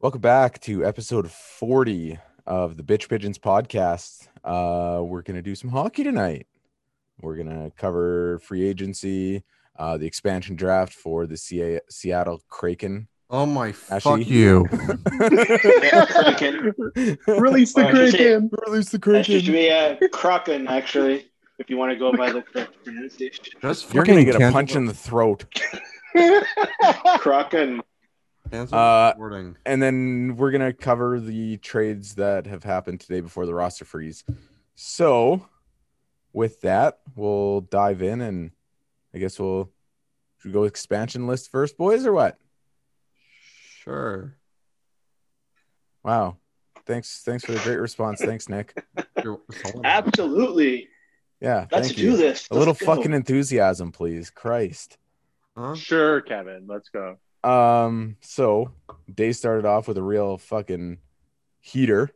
Welcome back to episode 40 of the Bitch Pigeons podcast. Uh, we're going to do some hockey tonight. We're going to cover free agency, uh, the expansion draft for the CA- Seattle Kraken. Oh my Actually- fuck you. Kraken. Release the Alright, just say it. Kraken. Release the That should Kraken. be a Kraken, actually, if you want to go by the the pronunciation. Just You're going to get a fucking cancel- punch in the throat. Kraken. cancel Uh, recording. And then we're going to cover the trades that have happened today before the roster freeze. So, with that, we'll dive in and I guess we'll should we go expansion list first, boys, or what? Sure. Wow. Thanks. Thanks for the great response. Thanks, Nick. You're- someone- Absolutely. Yeah. Let's thank do you. this. A little Let's go. fucking enthusiasm, please. Christ. Huh? Sure, Kevin. Let's go. Um, so day started off with a real fucking heater.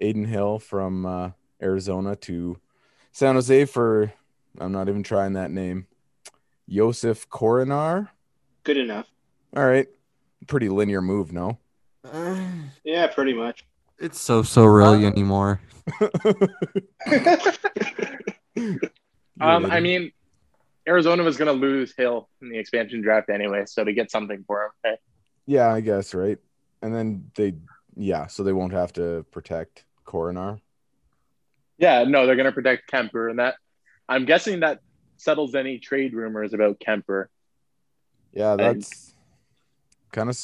Aiden Hill from uh, Arizona to San Jose for I'm not even trying that name. Yosef Coronar. Good enough. All right. Pretty linear move, no? Uh, Yeah, pretty much. It's so so really anymore. Um, I mean, Arizona was going to lose Hill in the expansion draft anyway, so to get something for him, eh. hey, Yeah, I guess, right? And then they yeah, so they won't have to protect Coronar. yeah, no, they're going to protect Kemper, and that I'm guessing that settles any trade rumors about Kemper. Yeah, that's kind of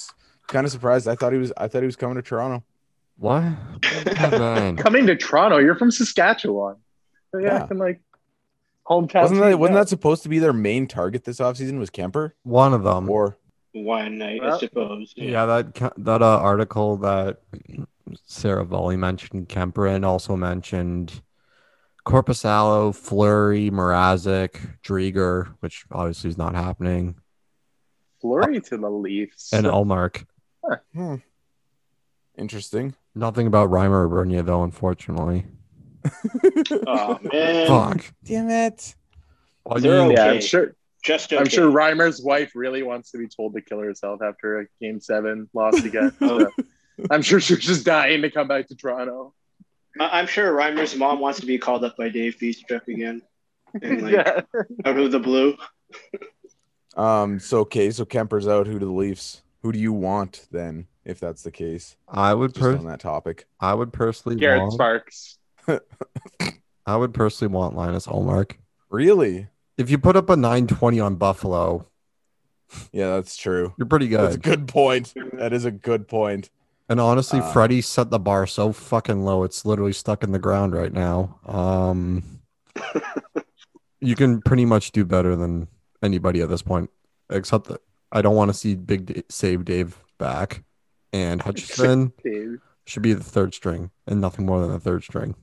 kind of surprised. I thought he was I thought he was coming to Toronto. What? Kevin. Coming to Toronto, you're from Saskatchewan. So you're Yeah. acting like hometown. Wasn't that team, wasn't yeah. that supposed to be their main target this offseason was Kemper? One of them. Or One night, I Well, suppose. Yeah, that ca- that uh, article that Sarah Volley mentioned Kemper and also mentioned Corpusalo, Flurry, Mrazek, Drieger, which obviously is not happening, Flurry to the Leafs? and Ulmark. interesting. Nothing about Reimer or Bernier though, unfortunately. Oh, man. Fuck. Damn it. Well, They're you- okay. yeah, I'm sure. Just okay. I'm sure Reimer's wife really wants to be told to kill herself after a game seven loss again. So I'm sure she's just dying to come back to Toronto. I- I'm sure Reimer's mom wants to be called up by Dave Beastrup again. And, like, yeah. out of the blue. Um so okay, so Kemper's out, who do the Leafs? Who do you want then, if that's the case? I would Just per- on that topic. I would personally Garrett want, Sparks. I would personally want Linus Ulmark. Really? If you put up a 920 on Buffalo, Yeah, that's true. you're pretty That's a good. good point. That is a good point. And honestly, Uh, Freddie set the bar so fucking low, it's literally stuck in the ground right now. Um, you can pretty much do better than anybody at this point, except that I don't want to see Big D- Save Dave back. And Hutchinson Dude. should be the third string and nothing more than the third string.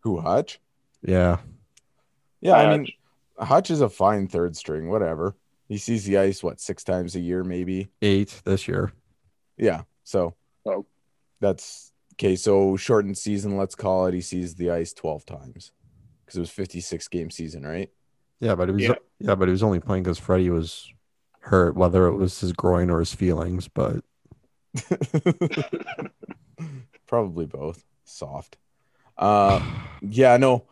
Who Hutch? Yeah. Yeah, I Hutch. mean, Hutch is a fine third string, whatever. He sees the ice, what, six times a year, maybe? Eight this year. Yeah. So Oh. that's okay. So shortened season, let's call it. He sees the ice 12 times because it was 56 game season, right? Yeah, but it was Yeah. yeah, but he was only playing because Freddie was hurt, whether it was his groin or his feelings. But Probably both. Soft. Uh, yeah, no.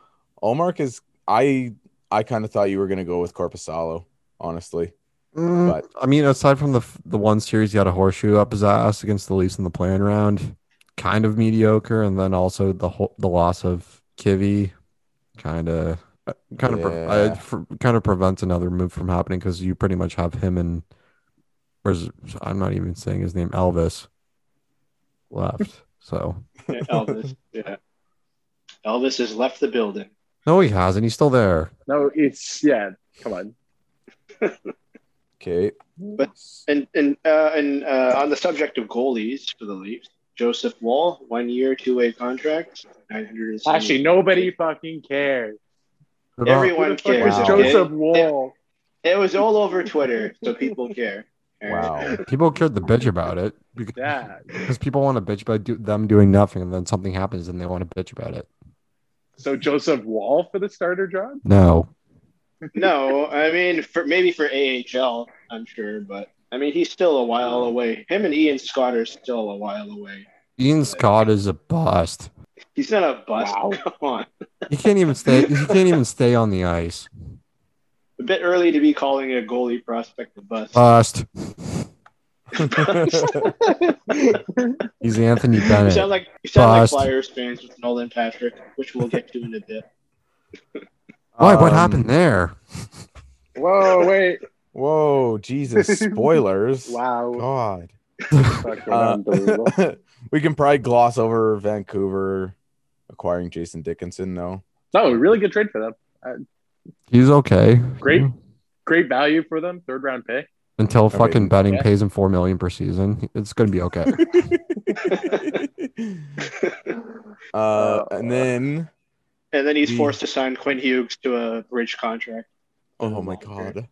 Allmark is, I, I kind of thought you were going to go with Corpusalo, honestly. Mm, But- I mean, aside from the f- the one series, he had a horseshoe up his ass against the Leafs in the playing round, kind of mediocre, and then also the whole, the loss of Kivy, kind of kind of pre- I- Yeah. fr- kind of prevents another move from happening because you pretty much have him and or is, I'm not even saying his name Elvis left. So Yeah, Elvis. yeah. Elvis has left the building. no, he hasn't. He's still there. No, it's yeah. Come on. Okay. But- And and uh, and uh, on the subject of goalies for the Leafs, Joseph Wall, one year, two way contract, nine hundred. Actually, nobody fucking cares. What about- everyone Who the fuck cares. is Wow. okay? Joseph Wall? It, was all over Twitter, so people care. wow. People cared the bitch about it because Yeah. Because people want to bitch about do- them doing nothing, and then something happens, and they want to bitch about it. So Joseph Wall for the starter job? No, No, I mean for maybe for AHL, I'm sure, but I mean, he's still a while away. Him and Ian Scott are still a while away. Ian Scott is a bust. He's not a bust. Wow. Come on. He can't even stay. He can't even stay on the ice. A bit early to be calling a goalie prospect a bust. Bust. He's Anthony you Bennett. sound like you sound Bust. like Flyers fans with Nolan Patrick, which we'll get to in a bit. Why? what Um, happened there? Whoa, wait. Whoa, Jesus! Spoilers. Wow. God. Fucking Uh, unbelievable. we can probably gloss over Vancouver acquiring Jason Dickinson, though. No, really good trade for them. He's okay. Great. Great value for them. Third round pick. Until fucking wait, betting yeah. pays him four million per season, it's gonna be okay. uh, and then, And then he's We- forced to sign Quinn Hughes to a bridge contract. oh my God,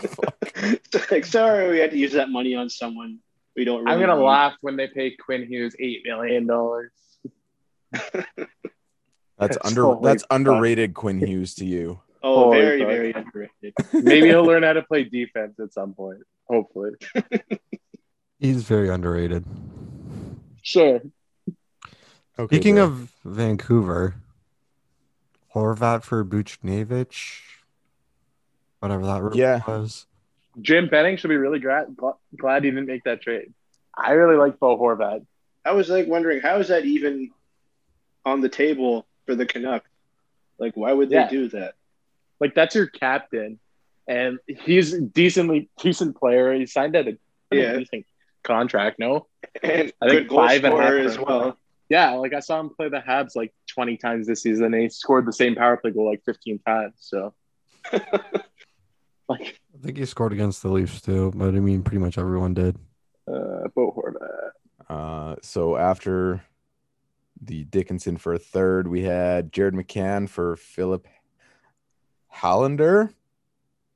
It's like, sorry, we had to use that money on someone we don't. Really I'm gonna want. laugh when they pay Quinn Hughes eight million dollars. that's That's under totally that's underrated Quinn Hughes to you. Oh, Holy very, fuck. very underrated. Maybe he'll learn how to play defense at some point. Hopefully. He's very underrated. Sure. Okay, Speaking Dave. of Vancouver, Horvat for Buchnevich, whatever that rumor Yeah. was. Jim Benning should be really gra- gl- glad he didn't make that trade. I really like Bo Horvat. I was like wondering how is that even on the table for the Canucks? Like, why would they Yeah. do that? Like that's your captain, and he's decently decent player. He signed at a, Yeah. a decent contract. No. And I think good goal five and a half scorer for- as well. Yeah, like I saw him play the Habs like 20 times this season. And he scored the same power play goal like 15 times. So, like, I think he scored against the Leafs too, but I mean, pretty much everyone did. uh, Bo Horvat. Uh, so after the Dickinson for a third, we had Jared McCann for Philip Hollander.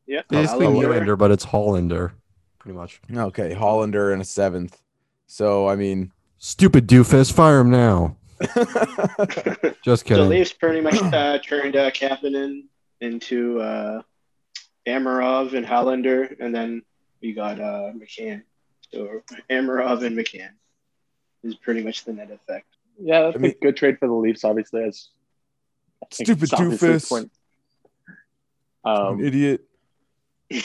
Yeah. Basically, Hollander. Nylander, but it's Hollander, pretty much. Okay, Hollander and a seventh. So I mean, Stupid doofus, fire him now. Just The kidding. Leafs pretty much uh, turned uh, Kapanen into uh, Amarov and Hollander, and then we got uh, McCann. So Amarov and McCann is pretty much the net effect. Yeah, that's I mean- a good trade for the Leafs, obviously. That's I think Stupid it's obviously doofus. the point. an Um, idiot.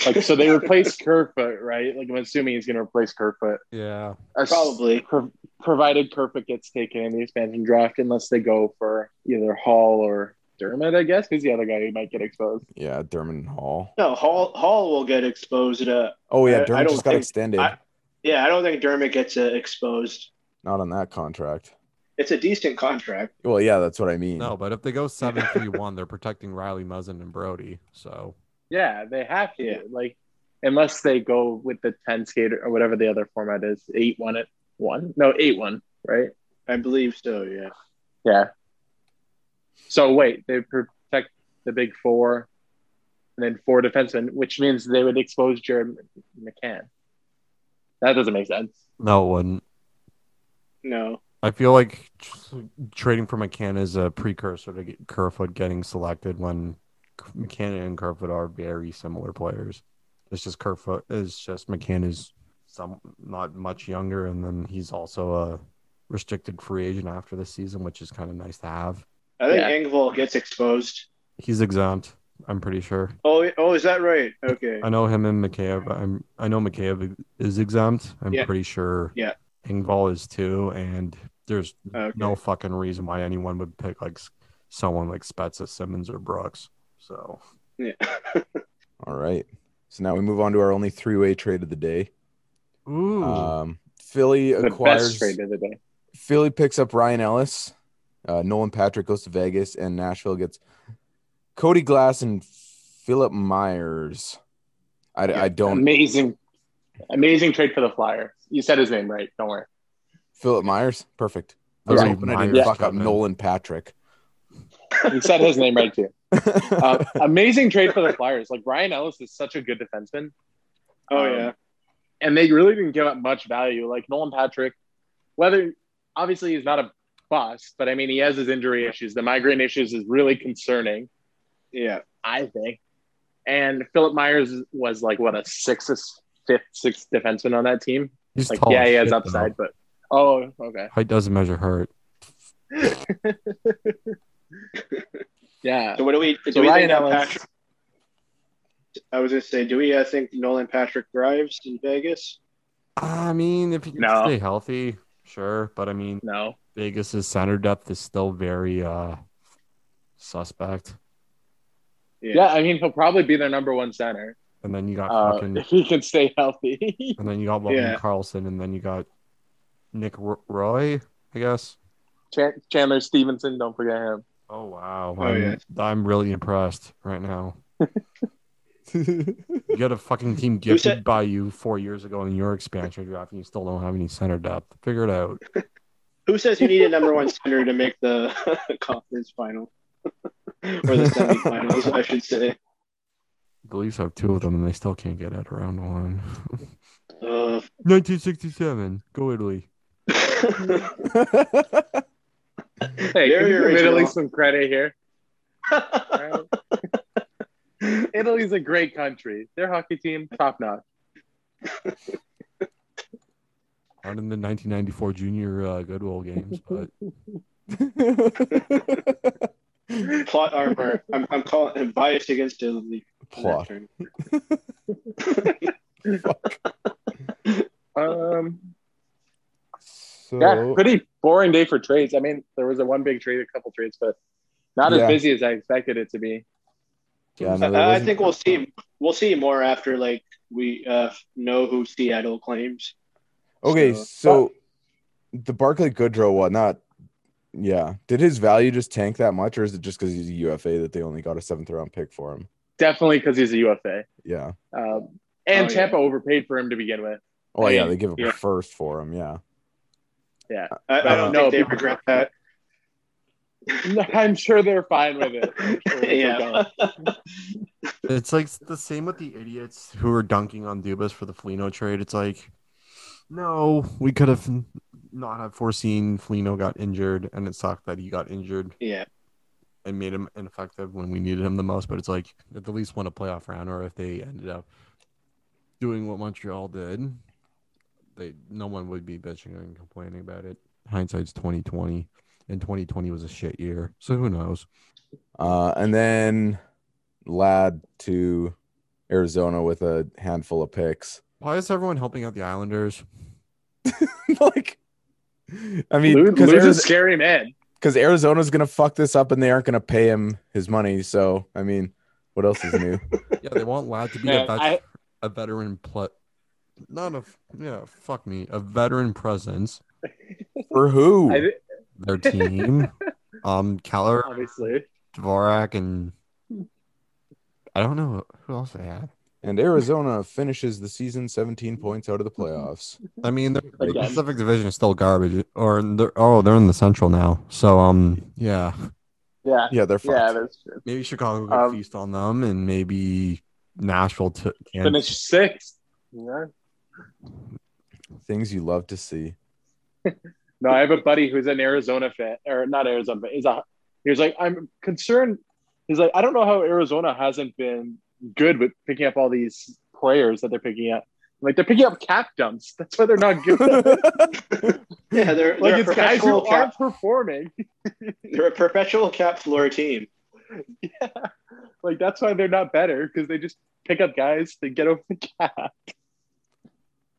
like, so they replaced Kerfoot, right? Like, I'm assuming he's going to replace Kerfoot. yeah. As- Probably. pro- provided Kerfoot gets taken in the expansion draft, unless they go for either Hall or Dermot, I guess. Who's the other guy who might get exposed? Yeah, Dermot and Hall. No, Hall Hall will get exposed. Uh, Oh I- yeah, I Dermot don't just got think- extended. I- yeah, I don't think Dermot gets uh, exposed. Not on that contract. It's a decent contract. Well, yeah, that's what I mean. No, but if they go 7 3 1, they're protecting Riley Muzzin and Brody. So Yeah, they have to. Yeah. Like, unless they go with the 10 skater or whatever the other format is, 8 1 at 1. No, 8 1, right? I believe so. Yeah. Yeah. So, wait, they protect the big four and then four defensemen, which means they would expose Jared McCann. That doesn't make sense. no, it wouldn't. No. I feel like tr- trading for McCann is a precursor to get Kerfoot getting selected when K- McCann and Kerfoot are very similar players. It's just Kerfoot is just McCann is some not much younger, and then he's also a restricted free agent after this season, which is kind of nice to have. I think Yeah. Engvall gets exposed. He's exempt, I'm pretty sure. Oh, oh, is that right? Okay. I know him and McCabe. I'm I know McCabe is exempt. I'm Yeah. pretty sure. Yeah. Engvall is too, and there's Okay. no fucking reason why anyone would pick like s- someone like Spezza, Simmons, or Brooks. So Yeah. All right. So now we move on to our only three-way trade of the day. ooh, Um, Philly The acquires. best trade of the day. Philly picks up Ryan Ellis. Uh, Nolan Patrick goes to Vegas, and Nashville gets Cody Glass and Philip Myers. I, I don't. Amazing, amazing trade for the Flyers. You said his name right. Don't worry. Philip Myers, perfect. I was Yeah. hoping I didn't Myers fuck up coming. Nolan Patrick. You said his name right too. Uh, amazing trade for the Flyers. Like Ryan Ellis is such a good defenseman. Oh Um, yeah. and they really didn't give up much value. Like Nolan Patrick, whether obviously he's not a bust, but I mean he has his injury issues. The migraine issues is really concerning, Yeah. I think. And Philip Myers was like what a six fifth, sixth defenseman on that team. He's Like, tall yeah, as he has shit, upside, though. but oh, okay, Height doesn't measure height. yeah. So what do we? So do we Ryan think that Ellis- Patrick, I was gonna say, do we uh, think Nolan Patrick drives in Vegas? I mean, if you can No. stay healthy, sure. But I mean, No, Vegas's center depth is still very uh suspect. yeah, I mean he'll probably be their number one center And then you got uh, fucking, if he can stay healthy. and then you got Logan Yeah. Carlson, and then you got Nick R- Roy, I guess. Chan- Chandler Stevenson, don't forget him. Oh wow! Oh, I'm, yeah. I'm really impressed right now. You got a fucking team Who gifted said- by you four years ago in your expansion draft, and you still don't have any center depth. Figure it out. Who says you need a number one center to make the conference final or the semifinals? I should say. The Leafs have two of them, and they still can't get out around one. Uh, 1967. Go Italy. Hey, Very can you give original. Italy some credit here. Alright. Italy's a great country. Their hockey team, top notch. Not in the 1994 Junior uh, Goodwill games, but plot armor. I'm, I'm calling I'm biased against the league. in that Plot. term. Um, So yeah, pretty boring day for trades. I mean, there was a one big trade, a couple trades, but not Yeah. as busy as I expected it to be. Yeah, no, there I, I wasn't- think we'll see. We'll see more after like we uh, know who Seattle claims. Okay, So- so the Barclay Goodrow one, not yeah. Did his value just tank that much, or is it just because he's a UFA that they only got a seventh round pick for him? Definitely because he's a UFA. Yeah. Um, and Oh, yeah. Tampa overpaid for him to begin with. Oh yeah, Hey, they give up yeah. a first for him. Yeah. I, I don't Uh, no, think they people- regret that. I'm sure they're fine with it. I'm sure it's Yeah. okay. it's like the same with the idiots who are dunking on Dubas for the Felino trade. It's like, no, we could have not have foreseen Felino got injured, and it sucked that he got injured Yeah, and made him ineffective when we needed him the most. But it's like if the Leafs won a playoff round, or if they ended up doing what Montreal did, they no one would be bitching and complaining about it. Hindsight's twenty twenty, and twenty twenty was a shit year. So who knows? Uh, and then Lad to Arizona with a handful of picks. Why is everyone helping out the Islanders? like, I mean, Lou- because Lou's a scary man. Arizona's gonna fuck this up and they aren't gonna pay him his money. So I mean, what else is new? Yeah, they want Ladd to be Man, a, vet- I- a veteran pl- not a f- yeah, fuck me, a veteran presence. for who? I, thi- Their team, um, Keller, obviously. Dvorak, and I don't know who else they had. and Arizona finishes the season 17 points out of the playoffs. I mean, the the Again. Pacific Division is still garbage. Or in the- oh, they're in the Central now. So um, yeah, Yeah. Yeah, they're Yeah, fucked. that's true. maybe Chicago could Um, feast on them, and maybe Nashville t- can. Finish sixth. Yeah. Things you love to see. No, I have a buddy who's an Arizona fan, or not Arizona, but he's a. He was like, I'm concerned. He's like, I don't know how Arizona hasn't been good with picking up all these players that they're picking up. I'm like they're picking up cap dumps. That's why they're not good. like yeah. They're, they're a it's guys perpetual who cap. aren't performing. They're a perpetual cap floor team. Like that's why they're not better because they just pick up guys to get over the cap.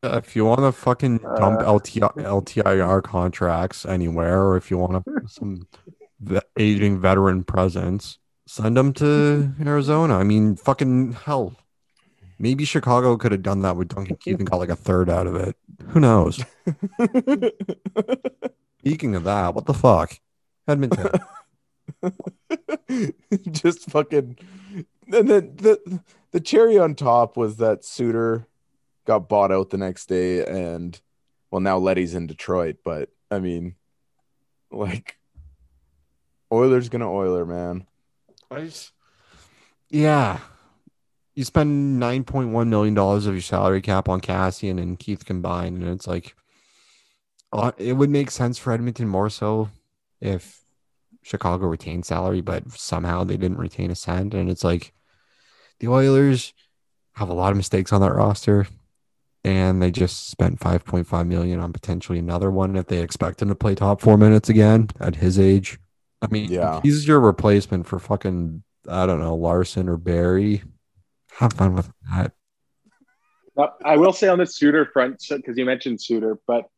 Uh, If you want to fucking dump Uh. LTI, LTIR contracts anywhere, or if you want to some ve- aging veteran presence, send them to Arizona. I mean, fucking hell. Maybe Chicago could have done that with Duncan Keith and got like a third out of it. Who knows? Speaking of that, what the fuck? Edmonton. Just fucking. And then the the cherry on top was that Suter got bought out the next day, and well, now Letty's in Detroit. But I mean, like, Oilers gonna Oiler, man. yeah. You spend $9.1 million of your salary cap on Cassian and Keith combined, and it's like, uh, it would make sense for Edmonton more so if Chicago retained salary, but somehow they didn't retain a cent. And it's like, the Oilers have a lot of mistakes on that roster. and they just spent 5.5 million on potentially another one if they expect him to play top four minutes again at his age. I mean, Yeah. he's your replacement for fucking I don't know Larson or Barry. Have fun with that. Now, I will say on the Suter front, because you mentioned Suter, but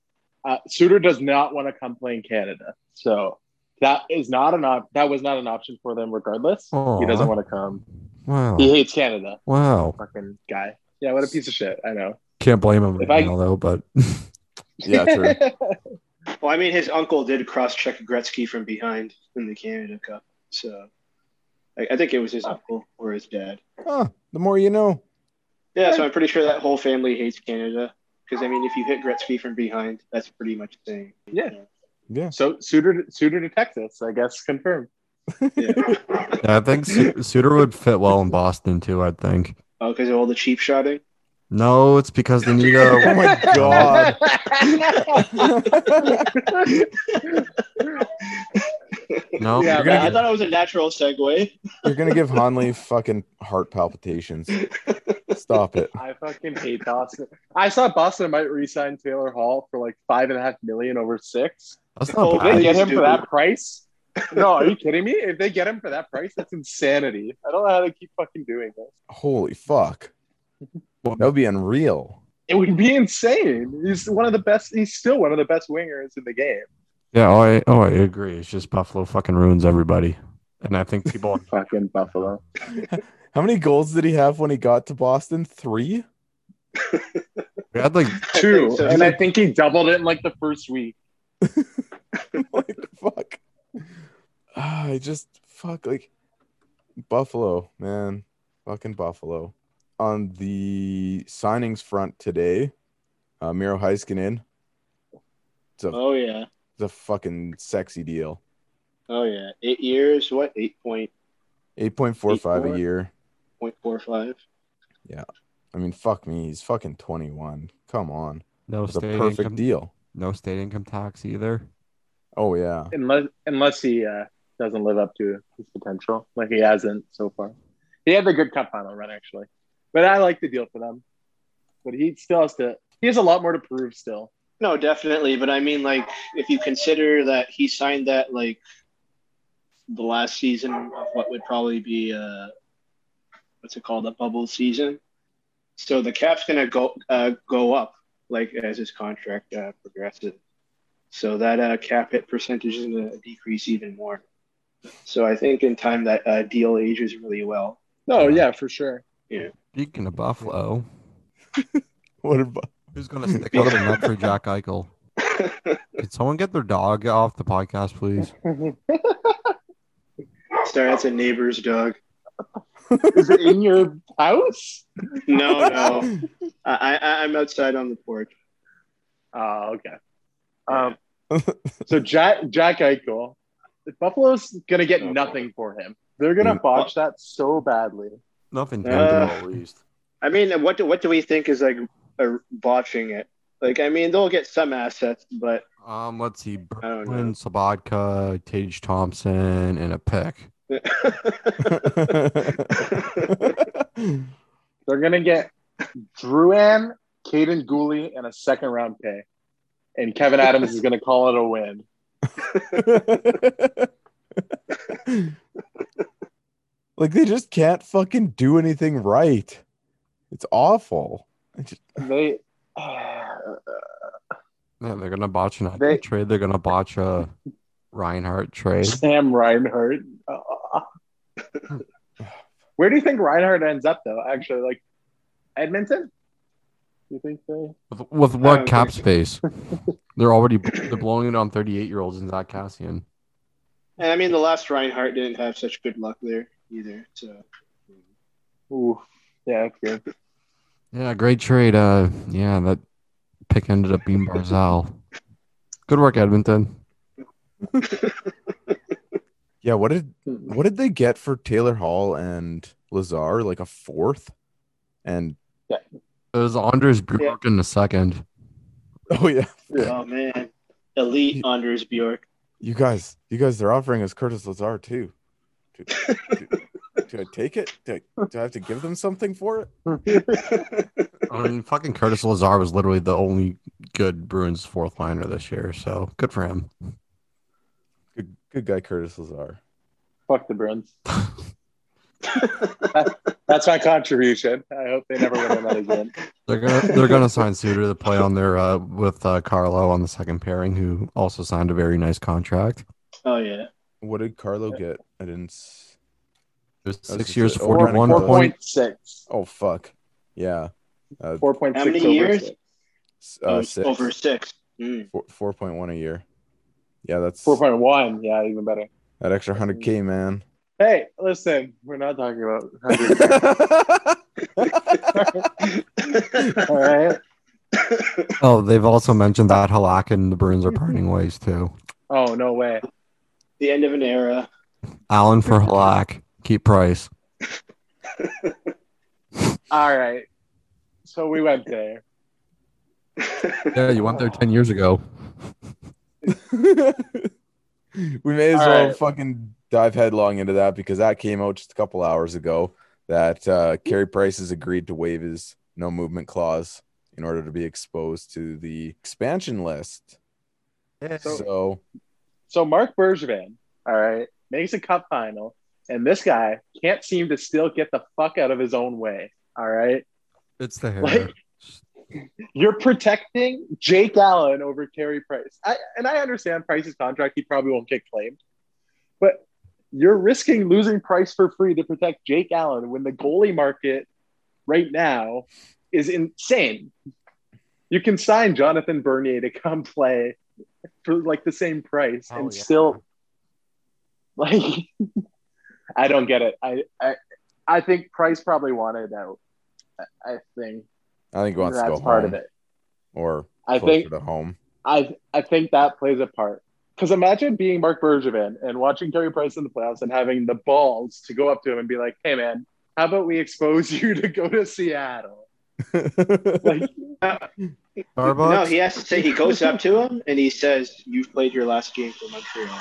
uh, Suter does not want to come play in Canada. So that is not an op- that was not an option for them regardless. He Aw. doesn't want to come. Wow, He hates Canada. wow. Fucking guy. Yeah, what a piece of shit. I know. Can't blame him If right I- now though, but Yeah, true. Well, I mean, his uncle did cross check Gretzky from behind in the Canada Cup. So I, I think it was his uncle or his dad. Huh, the more you know. Yeah, so I'm pretty sure that whole family hates Canada. Because, I mean, if you hit Gretzky from behind, that's pretty much saying. yeah. Yeah. So Suter Suter to Texas, I guess confirmed. Yeah. I think Su- Suter would fit well in Boston too. I think. oh, because of all the cheap shotting? No, it's because they need a Oh my god. no. Yeah, Yeah, Oh, you're gonna I get- thought it was a natural segue. You're gonna give Hanley fucking heart palpitations. Stop it. I fucking hate Boston. I saw Boston might re-sign Taylor Hall for like five and a half million over six. that's not Oh, If they bad. get him for Stupid. that price. No, are you kidding me? If they get him for that price, that's insanity. I don't know how they keep fucking doing this. Holy fuck. That would be unreal. It would be insane. He's one of the best. He's still one of the best wingers in the game. Yeah, oh, I, oh, I agree. It's just Buffalo fucking ruins everybody, and I think people. Fucking Buffalo. How many goals did he have when he got to Boston? Three? we had like I Two, think so. and I think he doubled it in like the first week. like fuck. Ah, I just fuck like Buffalo, man. Fucking Buffalo. On the signings front today, uh, Miro Heiskanen. It's a, Oh, yeah. it's a fucking sexy deal. Oh, yeah. Eight years, what? 8.45. Eight point four five a 8.4? year. I mean, fuck me. He's fucking twenty one. Come on, no it's a state perfect income, deal. no state income tax either. Oh yeah, unless unless he uh, doesn't live up to his potential, like he hasn't so far. He had the good cup final run actually, but I like the deal for them. But he still has to. He has a lot more to prove still. No, definitely. But I mean, like, if you consider that he signed that, like, the last season of what would probably be, uh, what's it called, a bubble season. So the cap's going to go uh, go up, like, as his contract uh, progresses. So that uh, cap hit percentage is going to decrease even more. So I think in time that uh, deal ages really well. No, Oh, yeah, for sure. Speaking of Buffalo, what about who's gonna stick out of the net for Jack Eichel? Could someone get their dog off the podcast, please? Sorry, that's a neighbor's dog. Is it in your house? No, Oh, no. I, I, I'm outside on the porch. Oh, okay. Um, so Jack Jack Eichel, Buffalo's gonna get nothing for him. They're gonna botch that so badly. Nothing Uh, tangible, at least. I mean, what do what do we think is like uh, botching it? Like, I mean, they'll get some assets, but Um, let's see, I don't know. Bergwijn, Sabatka, Tage Thompson, and a pick. They're gonna get Druan, Caden Gooley, and a second round pay. And Kevin Adams is gonna call it a win. like they just can't fucking do anything right. It's awful. I just- They Yeah, they're gonna botch an They- Eichel trade. They're gonna botch a Reinhardt trade. Sam Reinhardt. Where do you think Reinhardt ends up though? Actually, like Edmonton? You think they With, with Uh, what cap space? they're already they're blowing it on 38 year olds in Zach Cassian. and I mean, the last Reinhardt didn't have such good luck there either. So Ooh. Yeah, that's good. Yeah, great trade. Uh, yeah, that pick ended up being Barzal. Good work, Edmonton. yeah, what did what did they get for Taylor Hall and Lazar? Like a fourth? And It was Anders Bjork in the second. oh yeah, Yeah. oh man, elite Anders Bjork. you guys, you guys, they're offering us Curtis Lazar too. Dude, dude, Do I take it? Do I, do I have to give them something for it? I mean, fucking Curtis Lazar was literally the only good Bruins fourth liner this year, so good for him. Good, good guy, Curtis Lazar. Fuck the Bruins. That- that's my contribution. I hope they never win another game. They're gonna they're gonna sign Suter to play on their uh, with uh, Carlo on the second pairing, who also signed a very nice contract. oh yeah. What did Carlo get? I didn't. s- It was That's six just years, it. forty one Four point. 4.6. Oh fuck. Yeah. Uh, Four point How six many over years? six. s- uh, Oh, six, Over six. Mm. four, 4.1 a year. Yeah, that's Four point one. Yeah, even better. that extra 100k, man. Hey, listen, we're not talking about. All right. Oh, they've also mentioned that Halak and the Bruins are parting ways too. Oh no way. the end of an era. Allen for Halak, keep Price. All right. So we went there. Yeah, you went there ten years ago. we may as All well right. fucking dive headlong into that because that came out just a couple hours ago that uh Carey Price has agreed to waive his no movement clause in order to be exposed to the expansion list. So So Mark Bergevin, all right, makes a cup final, and this guy can't seem to still get the fuck out of his own way. All right. It's the hair. Like- You're protecting Jake Allen over Carey Price. I, and I understand Price's contract, he probably won't get claimed. But you're risking losing Price for free to protect Jake Allen when the goalie market right now is insane. You can sign Jonathan Bernier to come play for like the same price Oh, and yeah. still like I don't get it. I I, I think Price probably wanted out. I- I think I think he wants that's to go part home of it. or I closer think to home. I I think that plays a part. Because imagine being Mark Bergevin and watching Carey Price in the playoffs and having the balls to go up to him and be like, "Hey, man, how about we expose you to go to Seattle?" Like, Starbucks. No, he has to say he goes up to him and he says, "You've played your last game for Montreal."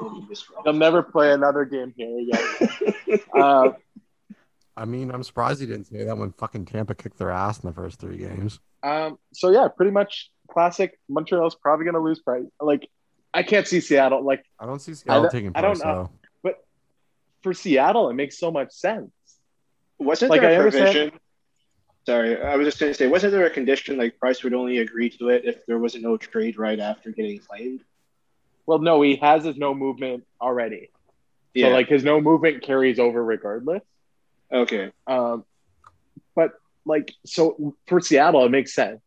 We'll do this "You'll one." never play another game here again." uh, I mean, I'm surprised he didn't say that when fucking Tampa kicked their ass in the first three games. um, so yeah, pretty much classic. Montreal's probably going to lose Price. Like, I can't see Seattle. Like I don't see Seattle don't- taking I don't Price know. though. for Seattle, it makes so much sense. Wasn't Like, there I a understand- provision? Sorry, I was just going to say, wasn't there a condition like Price would only agree to it if there was no trade right after getting claimed? Well, no, he has his no movement already. Yeah. So like his no movement carries over regardless. okay. Um, but like, so for Seattle, it makes sense.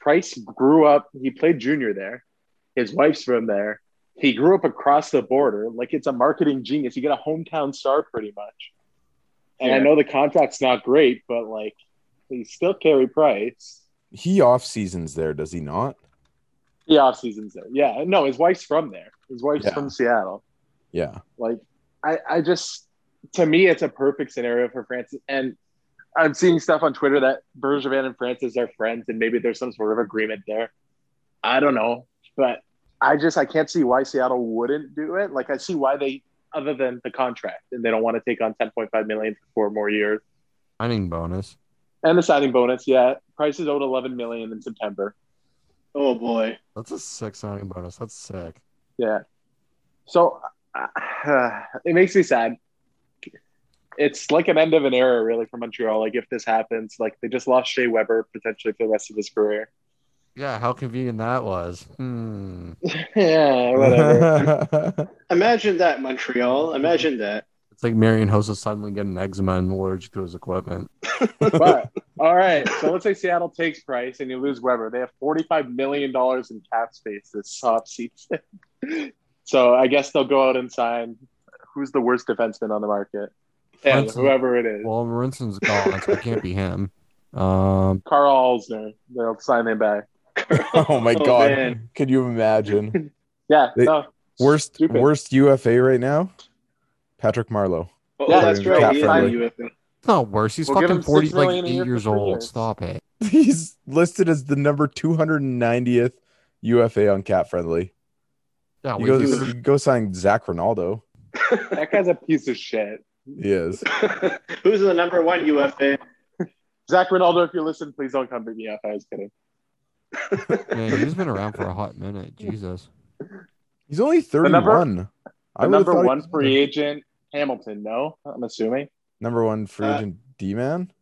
Price grew up, he played junior there. His wife's from there. He grew up across the border. Like, it's a marketing genius. You get a hometown star pretty much. And I Yeah. know the contract's not great, but like, he still carry Price. he off seasons there, does he not? The offseason's there. Yeah. No, his wife's from there. His wife's Yeah. from Seattle. Yeah. Like, I, I just, to me, it's a perfect scenario for Francis. And I'm seeing stuff on Twitter that Bergevin and Francis are friends, and maybe there's some sort of agreement there. I don't know, but I just I can't see why Seattle wouldn't do it. Like I see why they, other than the contract, and they don't want to take on 10.5 million for four more years Signing bonus. and the signing bonus. Yeah, Price is owed 11 million in September. Oh boy. That's a sick signing bonus. That's sick. Yeah. So uh, it makes me sad. It's like an end of an era, really, for Montreal. Like if this happens, like they just lost Shea Weber potentially for the rest of his career. Yeah, how convenient that was. Hmm. yeah, whatever. Imagine that, Montreal. Imagine that. It's like Marion Hosa suddenly getting eczema and allergic to his equipment. but all right, so let's say Seattle takes Price and you lose Weber. They have forty-five million dollars in cap space this offseason. so I guess they'll go out and sign who's the worst defenseman on the market, and Francis- whoever it is, Well, Marinson's gone, so it can't be him. Um, Carl Alsner. They'll sign him back. oh my Oh, god. man. Could you imagine? Yeah, They- no, Worst Stupid. worst UFA right now? Patrick Marlowe. Oh, Yeah, that's that's right. He is friendly. in UFA. it's not worse. He's We'll give fucking him 40, $6 like million a eight year for years three old. years. Stop it. He's listed as the number 290th UFA on Cat Friendly. Yeah, You we go, do- you go sign Zach Ronaldo. That guy's a piece of shit. He is. Who's the number one UFA? Zach Ronaldo, if you listen, please don't come beat me up. I was kidding. Man, Mm-hmm. he's been around for a hot minute. Jesus. He's only 31. number- I The would've number thought he one was free agent, Hamilton. No, I'm assuming. Number one free Uh, agent D man?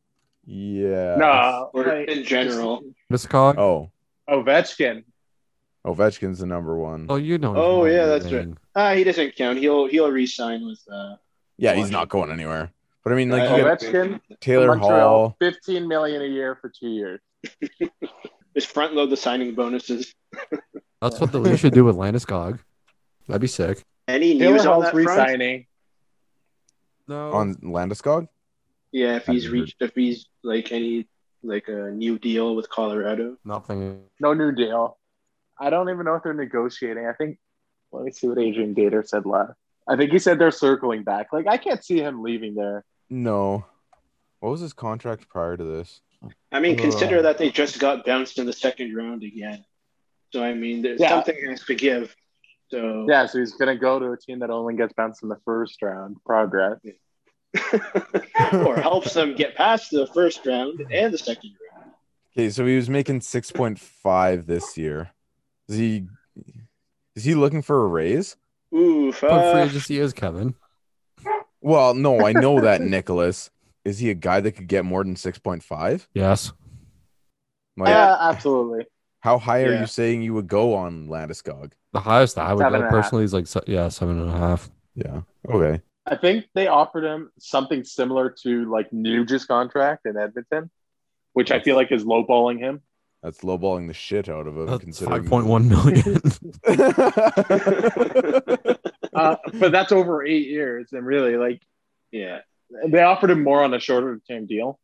Yeah. no, Or in general. Miscog. Oh, Oh, Ovechkin. Ovechkin's the number one. you know. Oh, yeah, that's right. Ah, he doesn't count. He'll he'll re-sign with. Uh, yeah, he's not going anywhere. But I mean, like, uh, you got Ovechkin, Taylor Montreal, Hall. 15 million a year for two years. Just front load the signing bonuses. That's what the we should do with Landeskog. That'd be sick. Any Taylor news on Hall's that front? re-signing. No. on Landeskog? Yeah, if he's Mm-hmm. That'd be reached, if he's like any like a new deal with Colorado. Nothing. No new deal. I don't even know if they're negotiating. I think. Let me see what Adrian Dater said last. I think he said they're circling back. Like I can't see him leaving there. No. What was his contract prior to this? I mean, Uh. consider that they just got bounced in the second round again. So I mean, there's Yeah. something has to give. So Yeah, so he's gonna go to a team that only gets bounced in the first round. Progress. or helps them get past the first round and the second round. Okay, so he was making 6.5 this year. Is he is he looking for a raise? Ooh, Uh, What free fuck. agency is Kevin? Well, no, I know that Nicholas. Is he a guy that could get more than 6.5? Yes. Like, Yeah, absolutely. how high are Yeah. you saying you would go on Landeskog? The highest that I would Seven go and a half. personally is like se- yeah, seven and a half. Yeah. Okay. I think they offered him something similar to like Nuge's contract in Edmonton, which I feel like is lowballing him. That's lowballing the shit out of him. That's five considering point one million. Uh, but that's over eight years, and really, like Yeah. they offered him more on a shorter term deal.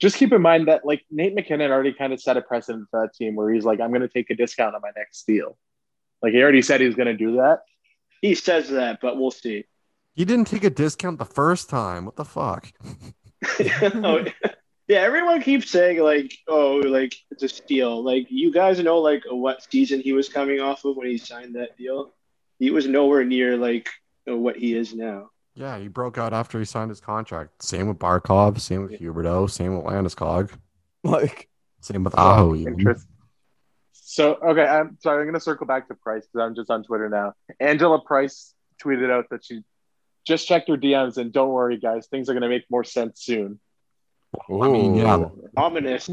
Just keep in mind that like Nate McKinnon already kind of set a precedent for that team where he's like, I'm going to take a discount on my next deal. Like he already said he was going to do that. He says that, but we'll see. he didn't take a discount the first time. What the fuck? Oh, yeah, everyone keeps saying like, oh, like it's a steal. Like you guys know like what season he was coming off of when he signed that deal. He was nowhere near like what he is now. Yeah, he broke out after he signed his contract. Same with Barkov, same with Huberto, same with Landeskog, like, same with Aho. even. Mm-hmm. Interest. So okay, I'm sorry. I'm going to circle back to Price because I'm just on Twitter now. Angela Price tweeted out that she just checked her DMs and don't worry, guys, things are going to make more sense soon. oh, mean, yeah. Ominous.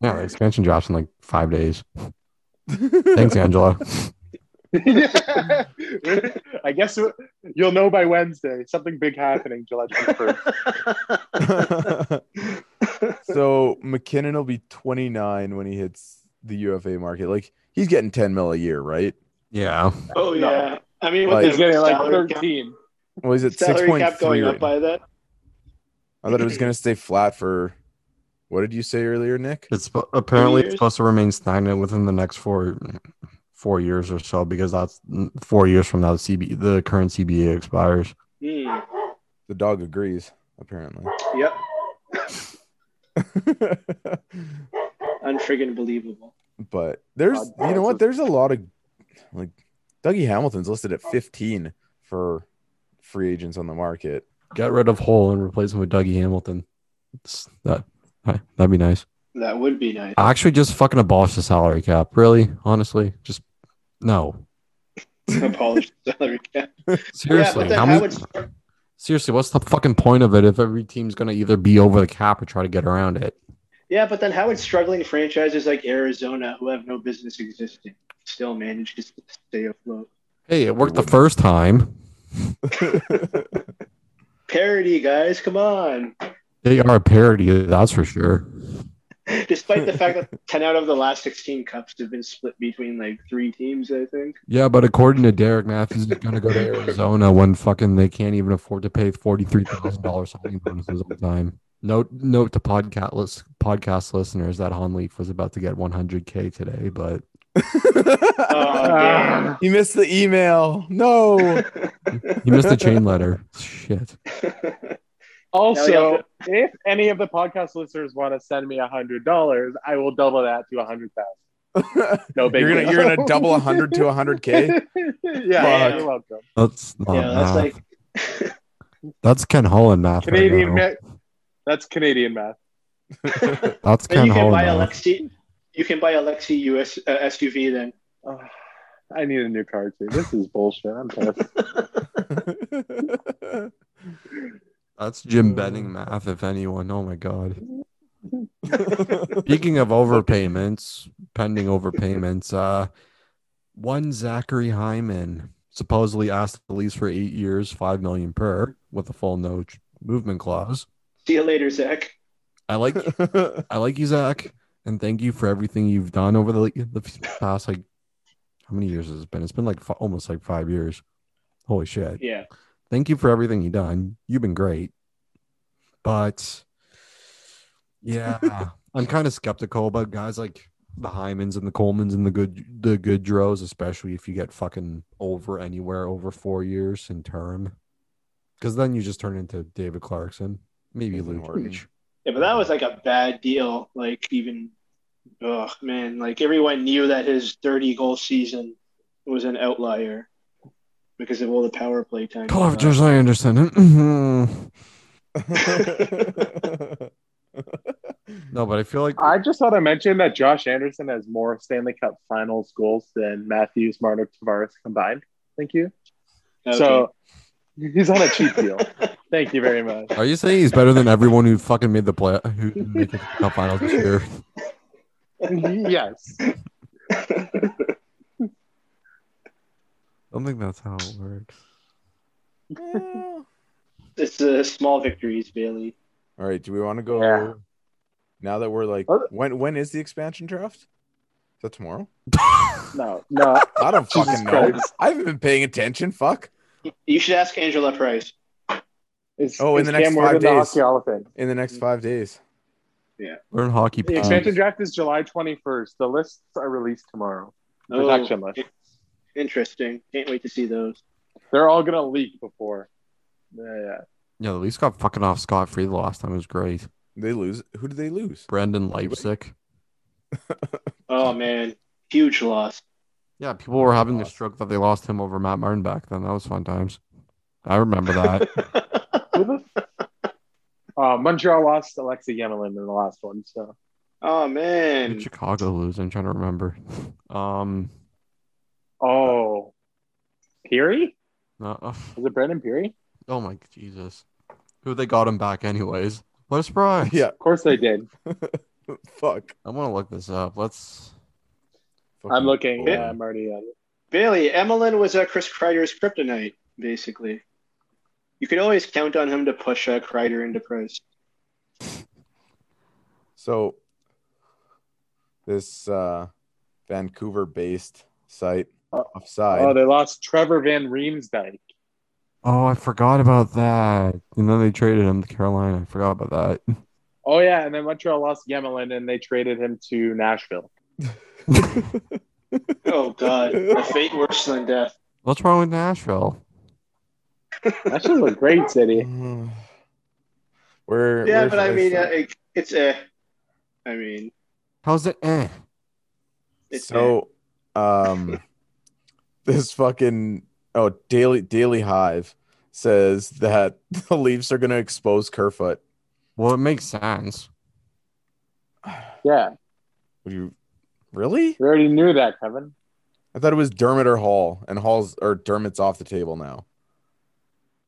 Yeah, the expansion drops in like five days. Thanks, Angela. I guess you'll know by Wednesday. Something big happening July 21st. so McKinnon will be 29 when he hits the UFA market. Like he's getting 10 mil a year, right? Yeah. oh yeah. I mean, Like- with He's the getting like salary cap- 13. Well, he's at salary cap 6.3. going right up by that. I thought it was going to stay flat for what did you say earlier, Nick? It's sp- apparently years? it's supposed to remain stagnant within the next four four years or so because that's four years from now the CB the current CBA expires. Hmm. The dog agrees, apparently. Yep. Unfriggin' believable. but there's, God, you know what? that's a- There's a lot of like Dougie Hamilton's listed at 15 for free agents on the market. Get rid of Hole and replace him with Dougie Hamilton. It's- that that'd be nice. That would be nice. Actually, just fucking abolish the salary cap. Really, honestly, just no. Abolish the salary cap. Seriously, yeah, but then how how many- would start, seriously, what's the fucking point of it if every team's gonna either be over the cap or try to get around it? yeah, but then how would struggling franchises like Arizona, who have no business existing, still manage to stay afloat? Hey, it worked the first time. Parody, guys, come on. They are a parody, that's for sure. Despite the fact that 10 out of the last 16 cups have been split between like three teams, I think. Yeah, but according to Derek Matthews, he's gonna go to Arizona when fucking they can't even afford to pay forty three thousand dollars signing bonuses all the time. Note note to podcast list, podcast listeners that Honleaf was about to get one hundred k today, but Uh, Oh, damn. he missed the email. Oh, No. he missed a chain letter. Shit. Now we Also, if any of the podcast listeners want to send me $100, I will double that to 100000 No big you're gonna deal. you're gonna double 100 to 100k. yeah, Fuck. you're welcome. That's not yeah, that's math. like That's Ken Holland math. right Canadian now. math. That's Canadian math. That's Then Ken you can Holland. buy a math. Lexi. You can buy a Lexi US uh, SUV then. Ugh, I need a new car too. This is bullshit. I'm pissed. That's Jim Mm. Benning math, if anyone. Oh my god. Speaking of overpayments, pending overpayments, uh, one Zachary Hyman supposedly asked the lease for eight years, five million per, with a full no ch- movement clause. See you later, Zach. I like, I like you, Zach, and thank you for everything you've done over the, the past like how many years has it been? It's been like f- almost like five years. Holy shit! Yeah. thank you for everything you've done. You've been great. But yeah, I'm kind of skeptical about guys like the Hymans and the Colemans and the good the good Dros, especially if you get fucking over anywhere over four years in term. Cause then you just turn into David Clarkson, maybe Even Luke worse. Cage. Yeah, but that was like a bad deal. Like even, oh man, like everyone knew that his 30 goal season was an outlier because of all the power play time. he Cliff got. Jersey Anderson. no, but I feel like I just thought I mentioned that Josh Anderson has more Stanley Cup Finals goals than Matthews, Marner, Tavares combined. Thank you. Okay. So he's on a cheap deal. Thank you very much. are you saying he's better than everyone who fucking made the play who didn't make it to the cup finals this year? yes. I don't think that's how it works. it's the small victories, Bailey. All right, do we want to go Yeah. now that we're like What? when when is the expansion draft? Is that tomorrow? No, no. I don't Jesus fucking know. Christ. I haven't been paying attention. Fuck. You should ask Angela Price. It's, Oh, in it's the next Cam five Ward and the days. Hockey Elephant. In the next five days. Learn hockey. Um, The puns. expansion draft is July 21st. The lists are released tomorrow. The Oh. Production list. Interesting. Can't wait to see those. They're all going to leak before. Yeah, yeah. Yeah, the Leafs got fucking off scot free the last time. It was great. They lose. Who did they lose? Brendan Leipzig. Oh man, huge loss. Yeah, people were having the stroke that they lost him over Matt Martin back then. That was fun times. I remember that. Who the f- Uh, Montreal lost Alexei Yemelin in the last one, so Oh Who man. Did Chicago lose? I'm trying to remember. Um, oh, Peary no- uh, was it Brandon Peary? oh my Jesus, who they got him back anyways? What a surprise! Yeah. Of course they did. Fuck. I want to look this up. Let's. I'm looking. Fucking- Yeah, I'm already on it. Bailey, Emelin was uh, Chris Kreider's kryptonite, basically. You could always count on him to push uh, Kreider into price. So this uh Vancouver based site Oh. offside. Oh, they lost Trevor Van Riemsdyk. Oh, I forgot about that. And then they traded him to Carolina. I forgot about that. Oh yeah, and then Montreal lost Yemelin, and they traded him to Nashville. Oh God, a fate worse than death. What's wrong with Nashville? Nashville's a great city. Mm. Where? Yeah, where but should I mean, uh, start? it, it's a. I mean, How's it? Eh? it's eh. so um this fucking oh daily daily hive says that the leafs are going to expose kerfoot Well, it makes sense. Yeah, Would you really we already knew that, Kevin. i thought it was dermot or hall and hall's or dermot's off the table now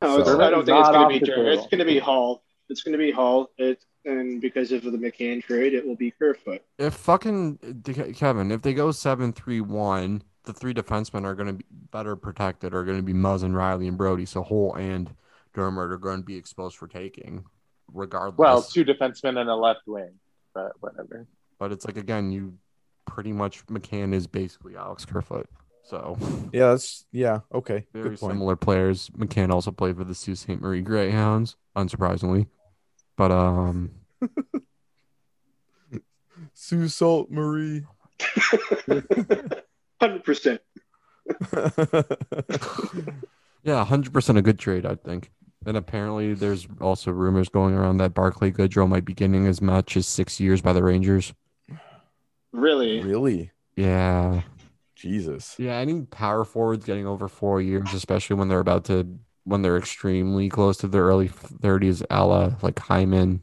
No, it's- so- I don't think it's Not going off to be the Durant. It's table. going to be Hall. It's going to be Hall. It, and because of the McCann trade, it will be Kerfoot. If fucking De- Kevin, if they go seven three one, the three defensemen are going to be better protected. Are going to be Muzz and Riley and Brody. So Hole and Dermot are going to be exposed for taking, regardless. Well, two defensemen and a left wing, but whatever. but it's like again, you pretty much McCann is basically Alex Kerfoot. So yeah that's yeah okay very good point similar players. McCann also played for the Sault Ste. Marie Greyhounds, unsurprisingly. But um, sue salt marie Hundred percent. Yeah, hundred percent a good trade, I think. And apparently, there's also rumors going around that Barclay Goodrow might be getting as much as six years by the Rangers. Really? really Yeah, jesus yeah. Any power forwards getting over four years, especially when they're about to when they're extremely close to their early 30s, a la like Hyman.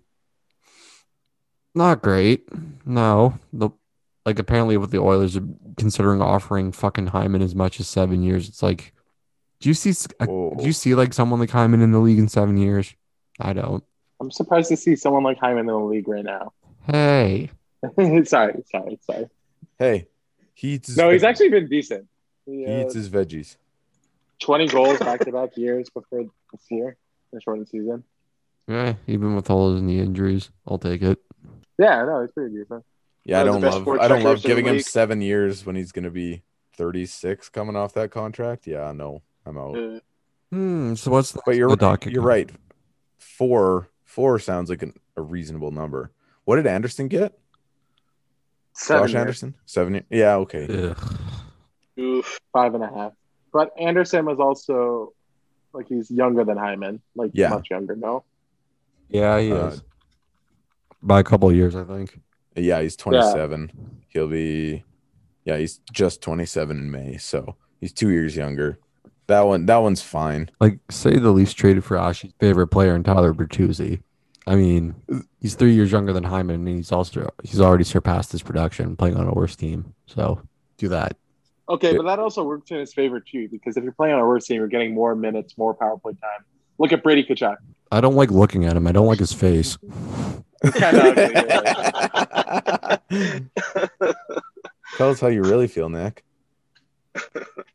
Not great. No. The like apparently what the Oilers are considering offering fucking Hyman as much as seven years. It's like do you see s- a- Whoa. do you see like someone like Hyman in the league in seven years? I don't. I'm surprised to see someone like Hyman in the league right now. Hey. sorry, sorry, sorry. Hey, he eats. His No, he's veggies. actually been decent. he He, uh, eats his veggies. 20 goals back to back years before this year, the shortened season. Yeah, even with all his knee injuries, I'll take it. Yeah, no, it's pretty decent. Yeah, I One of don't the best love. forward I don't love checkers in the giving him league. seven years when he's gonna be thirty six coming off that contract. Yeah, no, I'm out. Uh, Hmm, so what's the But you're the docket you're count? right. Four four sounds like an, a reasonable number. What did Anderson get? Seven Josh years, Anderson, seven. year- Yeah, okay. Ugh. Uh, oof. five and a half. But Anderson was also like he's younger than Hyman, like Yeah. much younger. No, Yeah, he Uh, is. By a couple of years, I think. Yeah, he's 27. He'll be Yeah, he's just 27 in May, so he's 2 years younger. That one that one's fine. Like, say the Leafs traded for Ashi's favorite player and Tyler Bertuzzi. I mean, he's three years younger than Hyman, and he's also he's already surpassed his production playing on a worse team. So do that. okay, Yeah. but that also works in his favor too because if you're playing on a worse team, you're getting more minutes, more power play time. Look at Brady Kachuk. I don't like looking at him. I don't like his face. kinda ugly, really. Tell us how you really feel, Nick.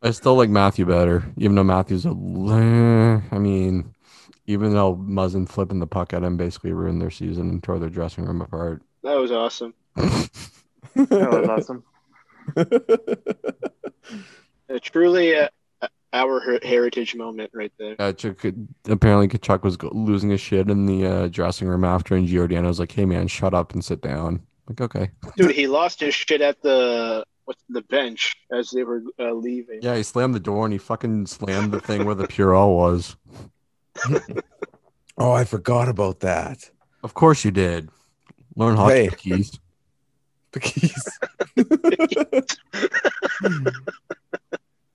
I still like Matthew better, even though Matthew's a. l- I mean, even though Muzzin flipping the puck at him basically ruined their season and tore their dressing room apart. That was awesome. That was awesome. Uh, truly a, a, our her- heritage moment right there. Uh, Ch- apparently, Kachuk was go- losing his shit in the uh, dressing room after, and Giordano was like, "Hey, man, shut up and sit down." Like, okay, Dude, he lost his shit at the what's the bench as they were uh, leaving. yeah, he slammed the door and he fucking slammed the thing where the Purell was. oh, I forgot about that. Of course, you did. Learn hockey, Hey. keys. Because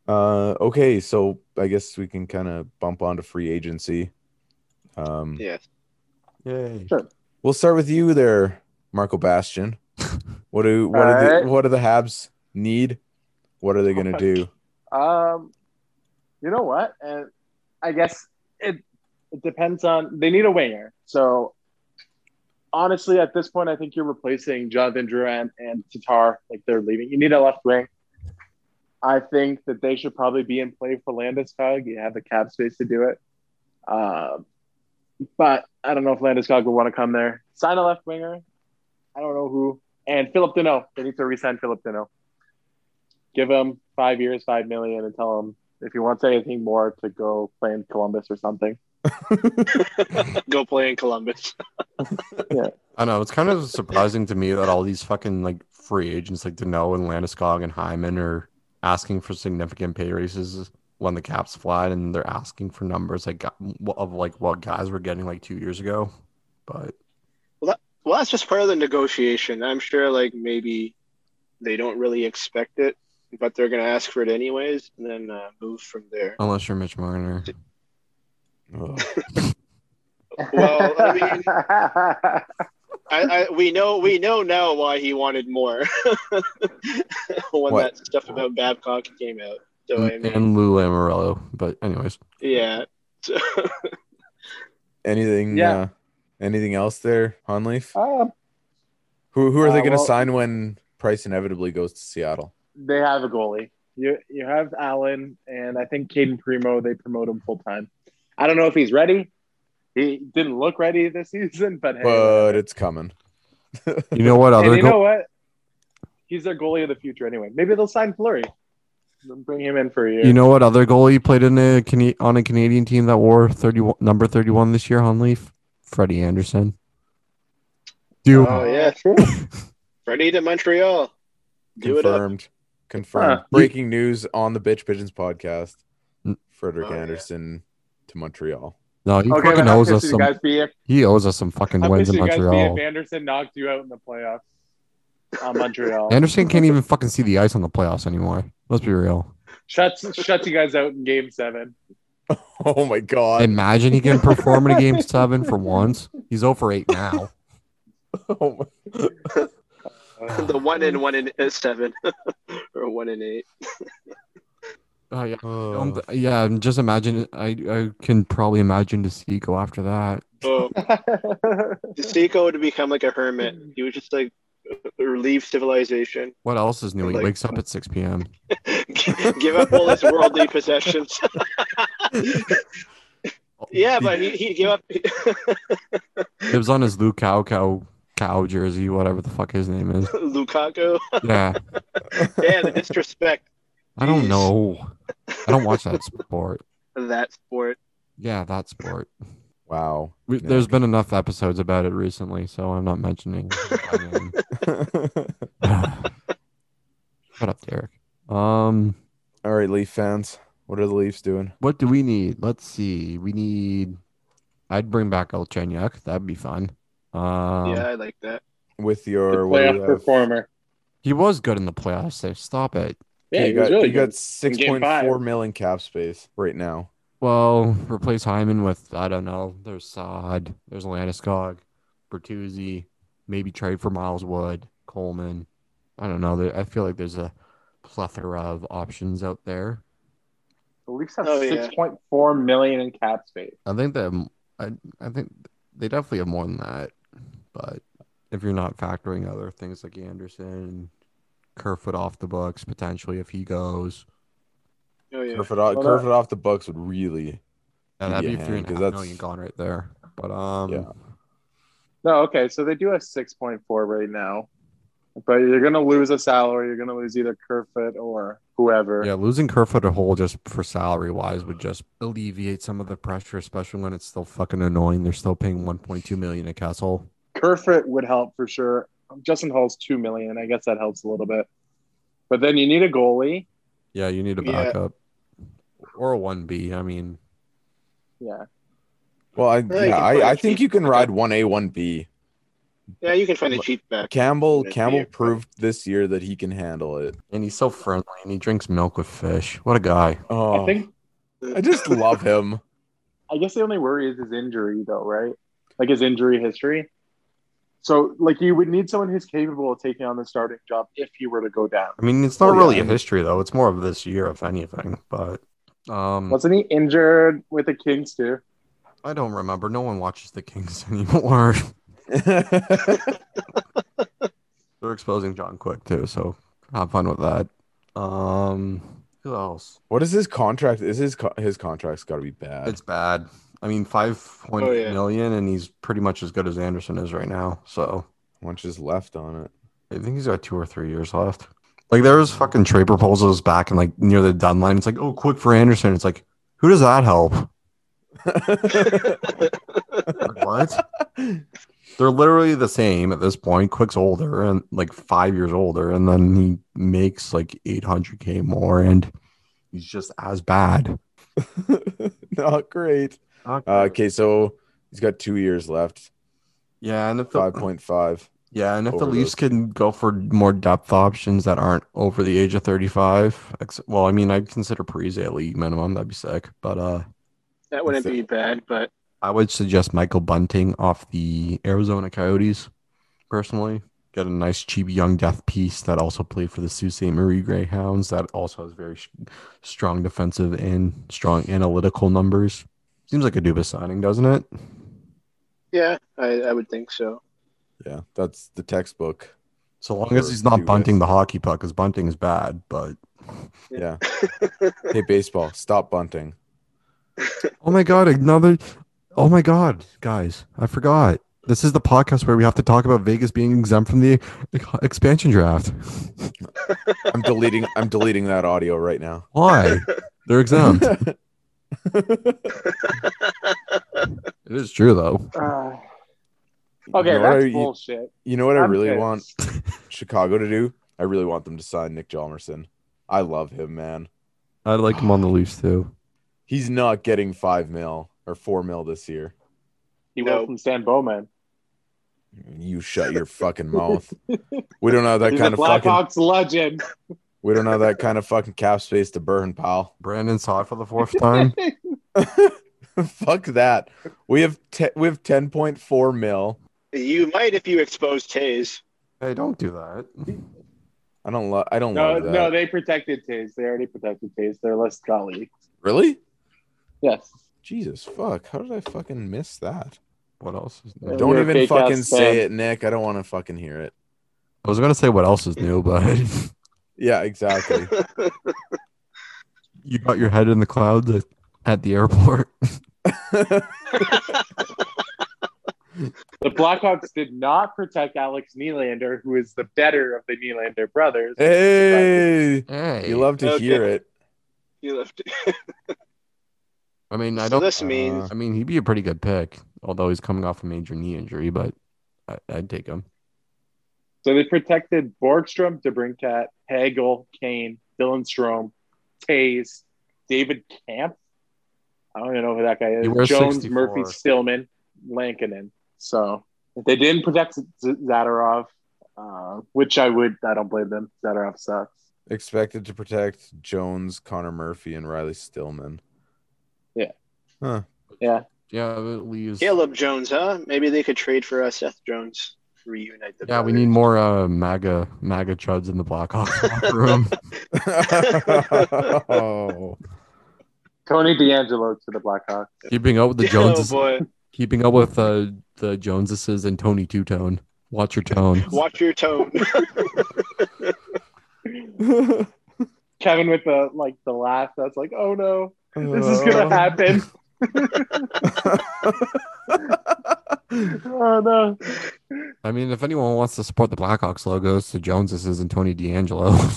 uh okay, so I guess we can kind of bump onto free agency. Um Yeah. Yay! We'll start with you there, Marco Bastion. What do what do Alright. the, what do the Habs need? What are they going to do? Um, you know what? And I guess it it depends on they need a winger. So honestly, at this point, I think you're replacing Jonathan Drouin and Tatar. Like they're leaving. You need a left wing. I think that they should probably be in play for Landeskog. You have the cap space to do it. Um, but I don't know if Landeskog would want to come there. Sign a left winger. I don't know who. And Philip Deneau. They need to re-sign Philip Deneau give him five years, five million, and tell him if he wants anything more to go play in Columbus or something. Go play in Columbus. I know it's kind of surprising to me that all these fucking like free agents like Dano and Landeskog and Hyman are asking for significant pay raises when the cap's flat, and they're asking for numbers like of like what guys were getting like two years ago. But Well, that's just part of the negotiation. I'm sure, like maybe they don't really expect it, but they're gonna ask for it anyways, and then uh, move from there. unless you're Mitch Marner, Ugh. Well, I Oh, mean, I, I, we know we know now why he wanted more when What? that stuff about Babcock came out. So I mean, and Lou Lamorello. But anyways, yeah. So, Anything Yeah. uh, anything else there, Honleaf? Um, Who who are they uh, going to well- sign when Price inevitably goes to Seattle? they have a goalie. You you have Allen, and I think Caden Primo. They promote him full time. I don't know if he's ready. He didn't look ready this season, but hey, uh, But it's coming. you know what and other you goal- know what? He's their goalie of the future anyway. Maybe they'll sign Flurry. They'll Bring him in for a year. you know what other goalie played in a Cana- on a Canadian team that wore thirty one number thirty one this year on Leaf, Freddie Anderson. Do oh yeah, true. ready to Montreal. Do it up. Confirmed. Confirmed. Huh. Breaking news on the Bitch Pigeons podcast. Mm. Frederick Oh, yeah. Anderson to Montreal. no, he Okay, but fucking how owes pissed us would some. you guys be if He owes us some fucking How wins pissed in you guys be Montreal. if Anderson knocked you out in the playoffs on Montreal? Anderson can't even fucking see the ice on the playoffs anymore. Let's be real. shuts shuts you guys out in Game Seven. Oh my god. Imagine he can perform in a game seven for once. He's over eight now. Oh my- the one in one in uh, seven or one in eight. Oh yeah. Oh, Um, th- yeah, and just imagine. I I can probably imagine to go after that. Oh, Seiko would become like a hermit. He would just like leave civilization, What else is new? He Like- wakes up at six p.m. give up all his worldly possessions. yeah, but he he gave up. It was on his Lou Cow Cow Cow jersey, whatever the fuck his name is. Lukaku. Yeah, Yeah, the disrespect I don't Jeez. know. I don't watch that sport. of that sport. Yeah, that sport. wow. We, Yeah. There's been enough episodes about it recently, so I'm not mentioning. by name. Shut up, Derek. Um, All right, Leaf fans. What are the Leafs doing? what do we need? Let's see. We need. I'd bring back Olchenyak. That'd be fun. Um, yeah, I like that. With The your what do you playoff have? performer. he was good in the playoffs. There, stop it. Yeah, Okay, he you was got, really you got good. six game point five. four million cap space right now. Well, replace Hyman with I don't know. There's Saad. There's Landeskog, Bertuzzi. Maybe trade for Miles Wood, Coleman. I don't know. There, I feel like there's a plethora of options out there. The Leafs have Oh, yeah. six point four million in cap space. I think that I I think they definitely have more than that. But if you're not factoring other things like Anderson, Kerfoot off the books potentially if he goes, Oh yeah. Curve it off, Well, curve that- it off the Bucks would really. yeah, that'd Yeah, be three and a 'cause half that's- million gone right there. But um, Yeah. No, okay, so they do have six point four right now, but you're gonna lose a salary. You're gonna lose either Kerfoot or whoever. Yeah, losing Kerfoot or Hole just for salary wise would just alleviate some of the pressure, especially when it's still fucking annoying. They're still paying 1.2 million at Castle. Kerfoot would help for sure. Justin Hall's two million. I guess that helps a little bit. But then you need a goalie. Yeah, you need a Yeah. backup or a one B. I mean, Yeah. Well, I you yeah, can put a I, I think cheap- you can ride one A, one B. Yeah, you can find a cheap back. Campbell That'd be Campbell it. proved this year that he can handle it. and he's so friendly and he drinks milk with fish. What a guy. Oh, I I, think just love him. I guess the only worry is his injury though, right? Like his injury history. So like you would need someone who's capable of taking on the starting job if he were to go down. I mean, it's not Oh, yeah. really a history, though. It's more of this year, if anything. But Hmm. um, Wasn't he injured with the Kings too? I don't remember. No one watches the Kings anymore. They're exposing John Quick, too. So have fun with that. Um, who else? what is his contract? Is his co- his contract's got to be bad? It's bad. I mean, five point Oh, million, yeah. and he's pretty much as good as Anderson is right now. So How much is left on it? I think he's got two or three years left. Like there was fucking trade proposals back and like near the deadline. It's like, oh, quick for Anderson. It's like, who does that help? Like, what? They're literally the same at this point. Quick's older and like five years older, and then he makes like eight hundred k more, and he's just as bad. Not great. Uh, okay, so he's got two years left. yeah, and if the, Five point five. Yeah, and if the over Leafs those. can go for more depth options that aren't over the age of 35, ex- well, I mean, I'd consider Parise at league minimum. That'd be sick. But uh, That wouldn't be bad, but I would suggest Michael Bunting off the Arizona Coyotes, personally. Get a nice, cheap young death piece that also played for the Sault Ste. Marie Greyhounds, that also has very sh- strong defensive and strong analytical numbers. Seems like a Dubas signing, doesn't it? yeah, I, I would think so. Yeah, that's the textbook. So long as For he's not Dubas. bunting the hockey puck, because bunting is bad, but. Yeah. hey, baseball, stop bunting. Oh my god, another Oh my god, guys, I forgot. This is the podcast where we have to talk about Vegas being exempt from the expansion draft. I'm deleting. I'm deleting that audio right now. Why? They're exempt. it is true though. Uh, You know okay, what that's I- you- bullshit. You know what I I'm really pissed. want Chicago to do? I really want them to sign Nick Jalmerson. I love him, man. I'd like him on the Leafs too. He's not getting five mil or four mil this year. He No. went from Stan Bowman. You shut your fucking mouth. We don't have that He's a kind of fucking. Blackhawks legend. We don't have that kind of fucking cap space to burn, pal. Brandon saw it for the fourth time. Fuck that. We have te- we have ten point four mil. You might if you expose Taze. Hey, don't do that. I don't love. I don't No, love that. no, they protected Taze. They already protected Taze. They're less colleagues. really? Yes. Jesus fuck! How did I fucking miss that? What else is Yeah. new? Don't you're a even fake-ass fucking say fan. it, Nick. I don't want to fucking hear it. I was gonna say what else is new, but Yeah, exactly. you got your head in the clouds at- at the airport. The Blackhawks did not protect Alex Nylander, who is the better of the Nylander brothers. hey, Hey, you love to Okay. hear it. you left. I mean, I So don't. uh, this means- I mean, he'd be a pretty good pick, although he's coming off a major knee injury. But I, I'd take him. So they protected Borgstrom, DeBrincat, Hagel, Kane, Dylan Strom, Taze, David Camp. I don't even know who that guy He is. wears Jones, 64. Murphy, Stillman, Lankinen. So they didn't protect Z- Zadarov, uh, which I would. I don't blame them. Zadarov sucks. Expected to protect Jones, Connor Murphy, and Riley Stillman. Yeah, but Lee's. Yeah, Caleb Jones, huh? Maybe they could trade for uh, Seth Jones. Reunite the. we need more uh, MAGA MAGA chuds in the Blackhawks locker room. oh, Tony D'Angelo to the Blackhawks. Keeping up with the Jones. Joneses. Oh boy, keeping up with uh, the Joneses and Tony Two Tone. Watch your tone. watch your tone. Kevin with the like the laugh. That's like, oh no, this is gonna happen. oh no. I mean, if anyone wants to support the Blackhawks logo, it's the Joneses and Tony D'Angelo.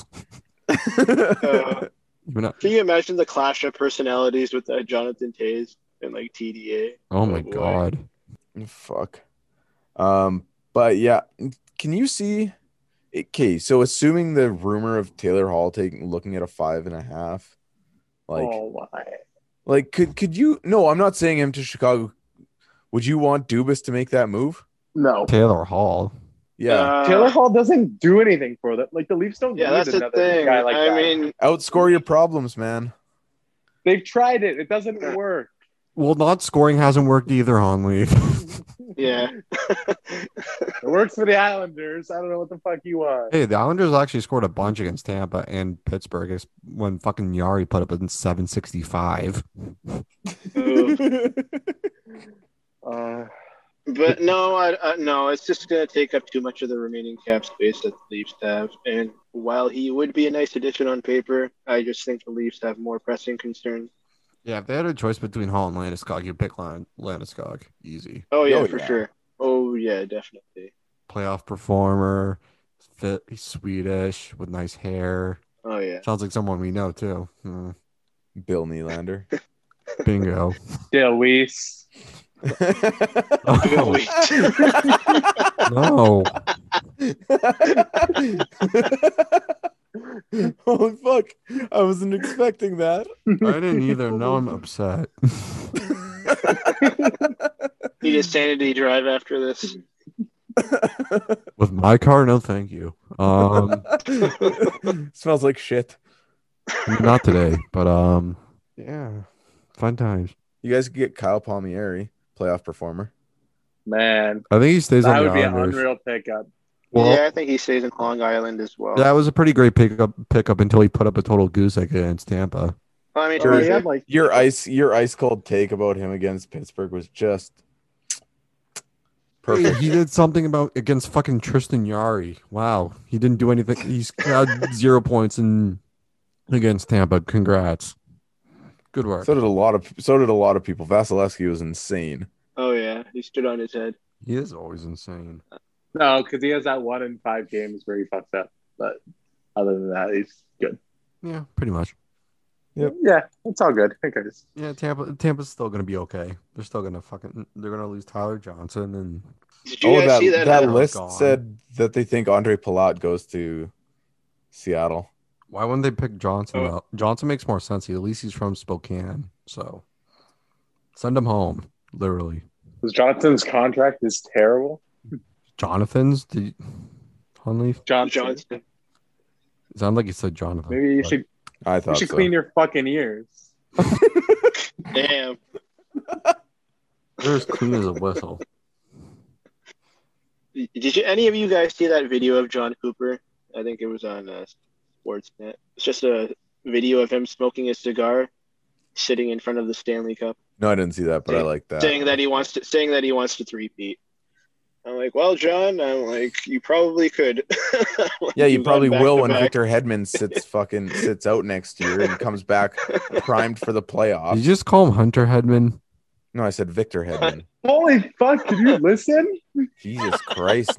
Uh, You're not- can you imagine the clash of personalities with uh, Jonathan Taze and like TDA? oh my Oh, boy. god. Fuck. Um, but yeah, can you see? Okay, so assuming the rumor of Taylor Hall taking looking at a five and a half, like oh my. like could could you? No, I'm not saying him to Chicago. Would you want Dubas to make that move? No. Taylor Hall. Yeah, Uh, Taylor Hall doesn't do anything for them. Like the Leafs don't Yeah, need that's the another thing. guy like I that. mean, outscore your problems, man. They've tried it. It doesn't work. Well, not scoring hasn't worked either, Honley. yeah. It works for the Islanders. I don't know what the fuck you want. hey, the Islanders actually scored a bunch against Tampa and Pittsburgh ex- when fucking Yari put up in 765. Ooh. Uh, But no, I, I, no, it's just going to take up too much of the remaining cap space that the Leafs have. And while he would be a nice addition on paper, I just think the Leafs have more pressing concerns. Yeah, if they had a choice between Hall and Landeskog, you'd pick Lan- Landeskog. Easy. Oh, yeah, Oh, for yeah. sure. Oh, yeah, definitely. Playoff performer, fit, he's Swedish with nice hair. Oh, yeah. Sounds like someone we know, too. Hmm. Bill Nylander. Bingo. Dale Weiss. Oh, no. Holy fuck! I wasn't expecting that. I didn't either. Now I'm upset. Need a sanity drive after this. With my car, no thank you. Um, Smells like shit. I mean, not today, but um, yeah, fun times. You guys could get Kyle Palmieri, playoff performer. Man, I think he stays that on the would be an Islanders. unreal pickup. Well, yeah, I think he stays in Long Island as well. that was a pretty great pickup pickup until he put up a total goose egg against Tampa. I mean, to Oh, be he fair, had like Your ice, your ice cold take about him against Pittsburgh was just perfect. He did something about against fucking Tristan Yari. Wow, he didn't do anything. He's got zero points in against Tampa. Congrats. Good work. So did a lot of so did a lot of people. Vasilevsky was insane. Oh, yeah. He stood on his head. he is always insane. no, because he has that one in five games where he fucks up. But other than that, he's good. Yeah, pretty much. Yeah, it's all good. Who cares? Yeah, Tampa. Tampa's still gonna be okay. They're still gonna fucking. They're gonna lose Tyler Johnson and Did you guys Oh, that see that? that uh, list Gone. said that they think Andre Palat goes to Seattle. Why wouldn't they pick Johnson? Oh. though? Johnson makes more sense. He, at least he's from Spokane, so send him home. Literally, Because Johnson's contract is terrible. Jonathan's. Did you, Hunley Johnson. Johnson. sound like you said Jonathan? Maybe you but- should I you thought should so. clean your fucking ears. Damn. They're as clean as a whistle. Did you, any of you guys see that video of John Cooper? I think it was on uh, Sportsnet. It's just a video of him smoking a cigar, sitting in front of the Stanley Cup, No, I didn't see that, but I like that. saying that he wants to saying that he wants to three-peat. I'm like, well, John. I'm like, you probably could. Yeah, you You've probably gone back will to when back. Victor Hedman sits fucking sits out next year and comes back primed for the Did you playoffs. just call him Hunter Headman? No, I said Victor Hedman. Holy fuck! Did you listen? Jesus Christ,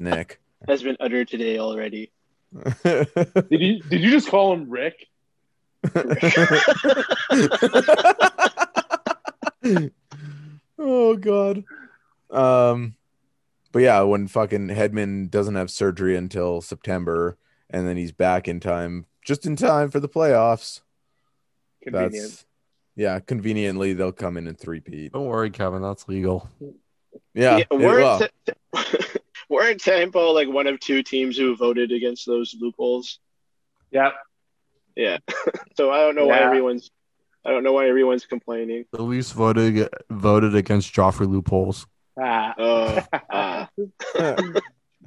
Nick. has been uttered today already. Did you Did you just call him Rick? oh god. Um but yeah, when fucking Hedman doesn't have surgery until September and then he's back in time just in time for the playoffs. Convenient. That's yeah, conveniently they'll come in and three-peat. Don't worry, Kevin. That's legal. Yeah. it- well, weren't, weren't Tampa like one of two teams who voted against those loopholes? Yeah. Yeah. so I don't know why Yeah. everyone's I don't know why everyone's complaining. The least voted voted against Joffrey loopholes. Ah. Oh, ah.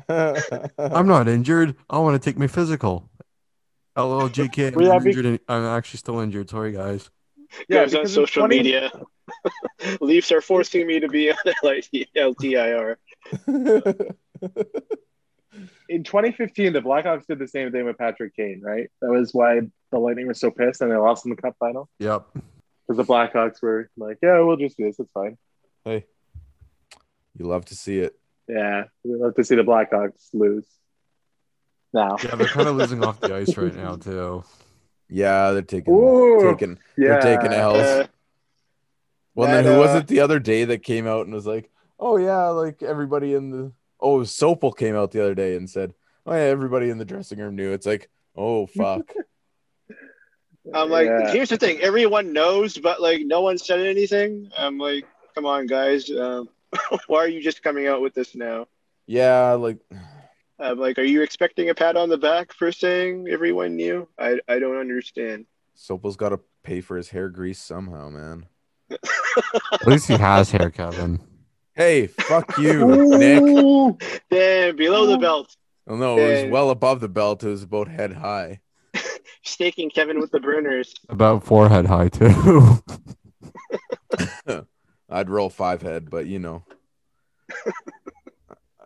I'm not injured. I want to take my physical. LLJK. Would that I'm, be- injured and, I'm actually still injured. Sorry, guys. yeah, goes on because it's social funny- media. Leafs are forcing me to be on E LTIR. in 2015, the Blackhawks did the same thing with Patrick Kane, right? That was why the Lightning were so pissed and they lost in the Cup final Yep. because the Blackhawks were like, "Yeah, we'll just do this. It's fine." hey. You love to see it. Yeah, we love to see the Blackhawks lose. Now, Yeah, they're kind of losing off the ice right now too. Yeah, they're taking Ooh. taking yeah, They're taking L's. Uh, Well, That, then who was uh, it the other day that came out and was like, "Oh yeah, like everybody in the oh Sopel came out the other day and said, "Oh yeah, everybody in the dressing room knew." It's like, "Oh fuck." I'm like, Yeah. here's the thing. Everyone knows, but like no one said anything. I'm like, come on, guys. Um, why are you just coming out with this now? yeah, like I'm like, are you expecting a pat on the back for saying everyone knew? I, I don't understand. Sopel's got to pay for his hair grease somehow, man. At least he has hair, Kevin. Hey, fuck you, Nick. Ooh. Damn, below the belt, Oh, no, it Hey. was well above the belt. It was about head high. staking Kevin with the burners. About forehead high too. I'd roll five head, but you know.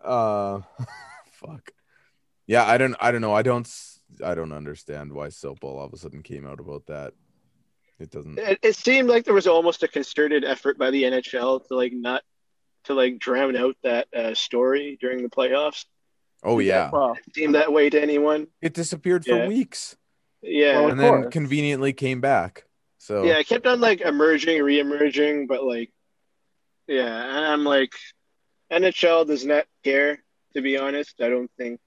uh fuck. Yeah, I don't I don't know. I don't s- I don't understand why Sopel all of a sudden came out about that. It doesn't It, it seemed like there was almost a concerted effort by the NHL to like not to like drown out that uh, story during the playoffs. Oh yeah. Well, It seemed that way to anyone. It disappeared for Yeah. weeks Yeah, Well, Of and then course. conveniently came back. So yeah, it kept on like emerging, re-emerging, but like, yeah, and I'm like, NHL does not care. To be honest, I don't think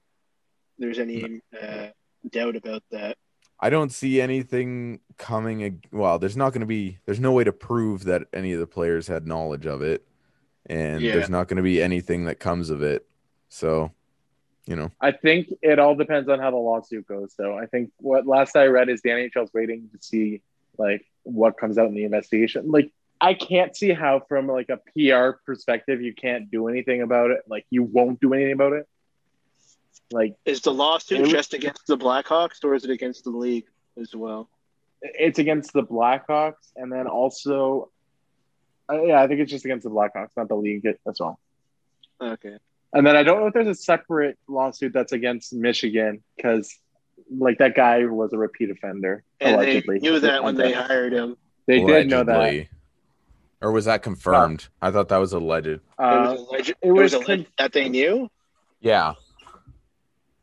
there's any uh, doubt about that. I don't see anything coming. ag- Well, there's not going to be. There's no way to prove that any of the players had knowledge of it, and Yeah. there's not going to be anything that comes of it. So, you know, I think it all depends on how the lawsuit goes. So I think what last I read is the NHL's waiting to see like what comes out in the investigation. Like I can't see how from like a PR perspective you can't do anything about it. Like you won't do anything about it. Like Is the lawsuit It- just against the Blackhawks, or is it against the league as well? it's against the Blackhawks, and then also, uh, yeah, I think it's just against the Blackhawks, not the league as well. Okay. And then I don't know if there's a separate lawsuit that's against Michigan because, like, that guy was a repeat offender. And allegedly. they knew that when they hired him. They did know that. allegedly. or was that confirmed? I thought that was alleged. Uh, it was alleged, it it was was alleged that they knew. Yeah,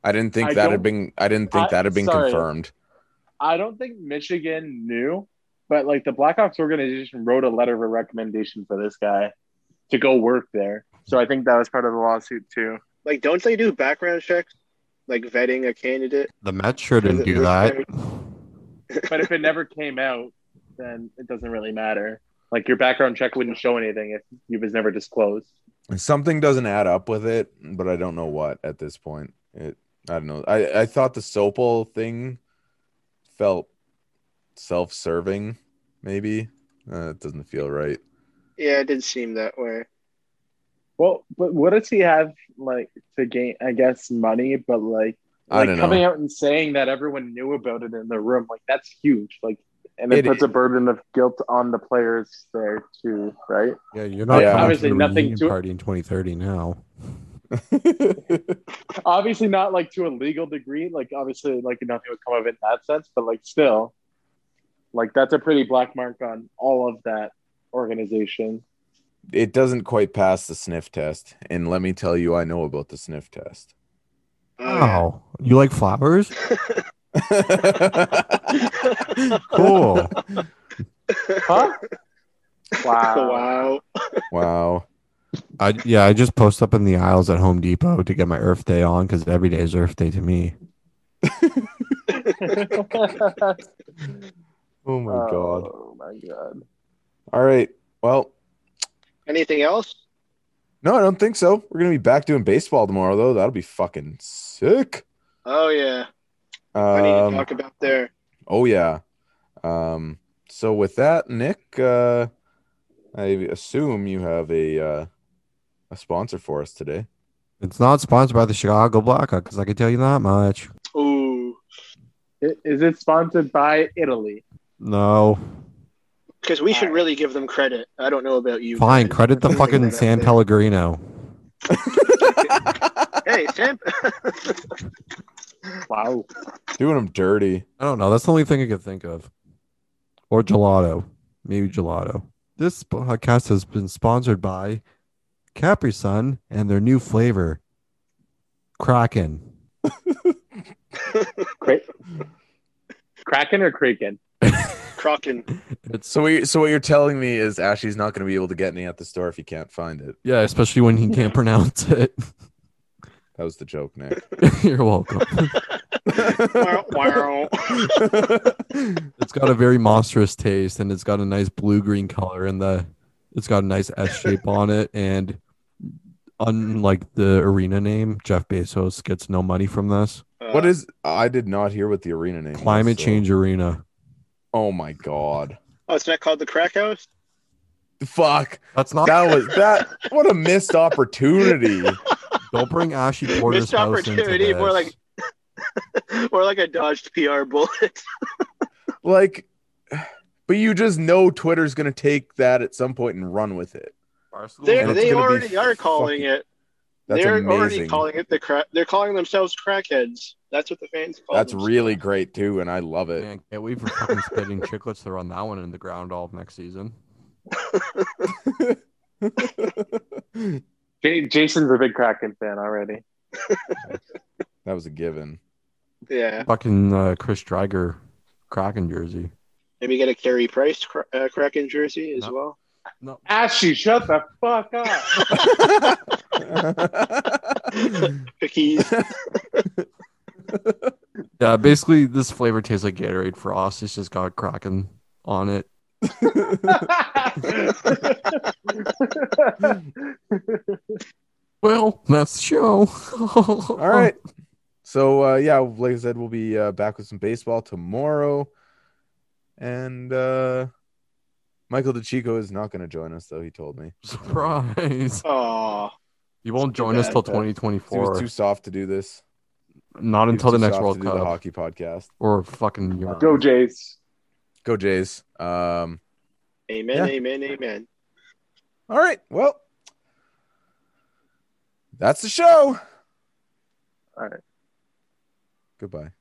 I didn't think I that had don't- been. I didn't think I- that had been sorry. confirmed. I don't think Michigan knew, but like the Blackhawks organization wrote a letter of recommendation for this guy to go work there. So I think that was part of the lawsuit too. Like, don't they do background checks, like vetting a candidate? The Mets sure didn't do that. But if it never came out, then it doesn't really matter. Like your background check wouldn't show anything if you was never disclosed. Something doesn't add up with it, but I don't know what at this point. It. I don't know. I I thought the Sopel thing felt self-serving, maybe. Uh, it doesn't feel right. Yeah, it did seem that way. Well, but what does he have like to gain? I guess money, but like, I like don't coming know. out and saying that everyone knew about it in the room, like that's huge. Like, and it, It puts is. a burden of guilt on the players there too, right? Yeah, you're not Yeah. coming Obviously to the nothing reunion to- party in 2030 now. Obviously, not like to a legal degree. Like, obviously, like nothing would come of it in that sense, but like still, like that's a pretty black mark on all of that organization. it doesn't quite pass the sniff test. And let me tell you, I know about the sniff test. Oh, Wow, you like flowers? Cool. Huh? Wow. wow. wow. I yeah, I just post up in the aisles at Home Depot to get my Earth Day on because every day is Earth Day to me. Oh my Uh, god. Oh my god. All right. Well, Anything else? no, I don't think so. We're gonna be back doing baseball tomorrow, though. That'll be fucking sick. Oh yeah, I need to Um, talk about their oh yeah. Um, so with that, Nick, uh, I assume you have a uh, a sponsor for us today. It's not sponsored by the Chicago Blackhawks, 'cause I can tell you that much. ooh, I- Is it sponsored by Italy? No, because we should really give them credit. I don't know about you. fine. guys. Credit the Something fucking right up San there. Pellegrino. Hey, Sam. Wow. Doing them dirty. I don't know. That's the only thing I could think of. Or gelato, maybe gelato. This podcast has been sponsored by Capri Sun and their new flavor, Kraken. Kraken or Kraken? Crocken. It's So we, so what you're telling me is Ashley's not gonna be able to get any at the store if you can't find it. yeah, especially when he can't pronounce it. That was the joke, Nick. You're welcome. wow, wow. It's got a very monstrous taste and it's got a nice blue green color and the it's got a nice S shape on it and unlike the arena name, Jeff Bezos gets no money from this. Uh, what is? I did not hear what the arena name. was, Climate so- change arena. Oh my god. Oh, it's not called the Crack House. Fuck. That's not That was that. What a missed opportunity. don't bring Ashy Porter's Missed house into opportunity, more this. like- or like a dodged PR bullet. Like, but you just know Twitter's gonna take that at some point and run with it. They're- And it's they gonna be already are calling fucking- it. That's they're already amazing. calling it the crack. They're calling themselves crackheads. That's what the fans call. That's themselves. really great too, and I love it. Man, can't wait for fucking spitting chicklets to run that one in the ground all of next season. J- Jason's a big Kraken fan already. that was a given. Yeah, Fucking uh, Chris Dreiger Kraken jersey. maybe get a Carey Price cra- uh, Kraken jersey as No. well. No, Ashy, shut the fuck up. Pickies. Yeah, basically this flavor tastes like Gatorade Frost. It's just got Kraken on it. Well, that's the show. All right. So uh, yeah, like I said, we'll be uh, back with some baseball tomorrow. And uh, Michael DeChico is not going to join us, though he told me Surprise. Aw. He won't Too join us bad. till he was 2024. too soft to do this. He Not was until the too next soft World to do the Cup hockey podcast. or fucking Europe. Go Jays. Go Jays. Um, Amen. Yeah. Amen. Amen. all right, well, that's the show. All right. Goodbye.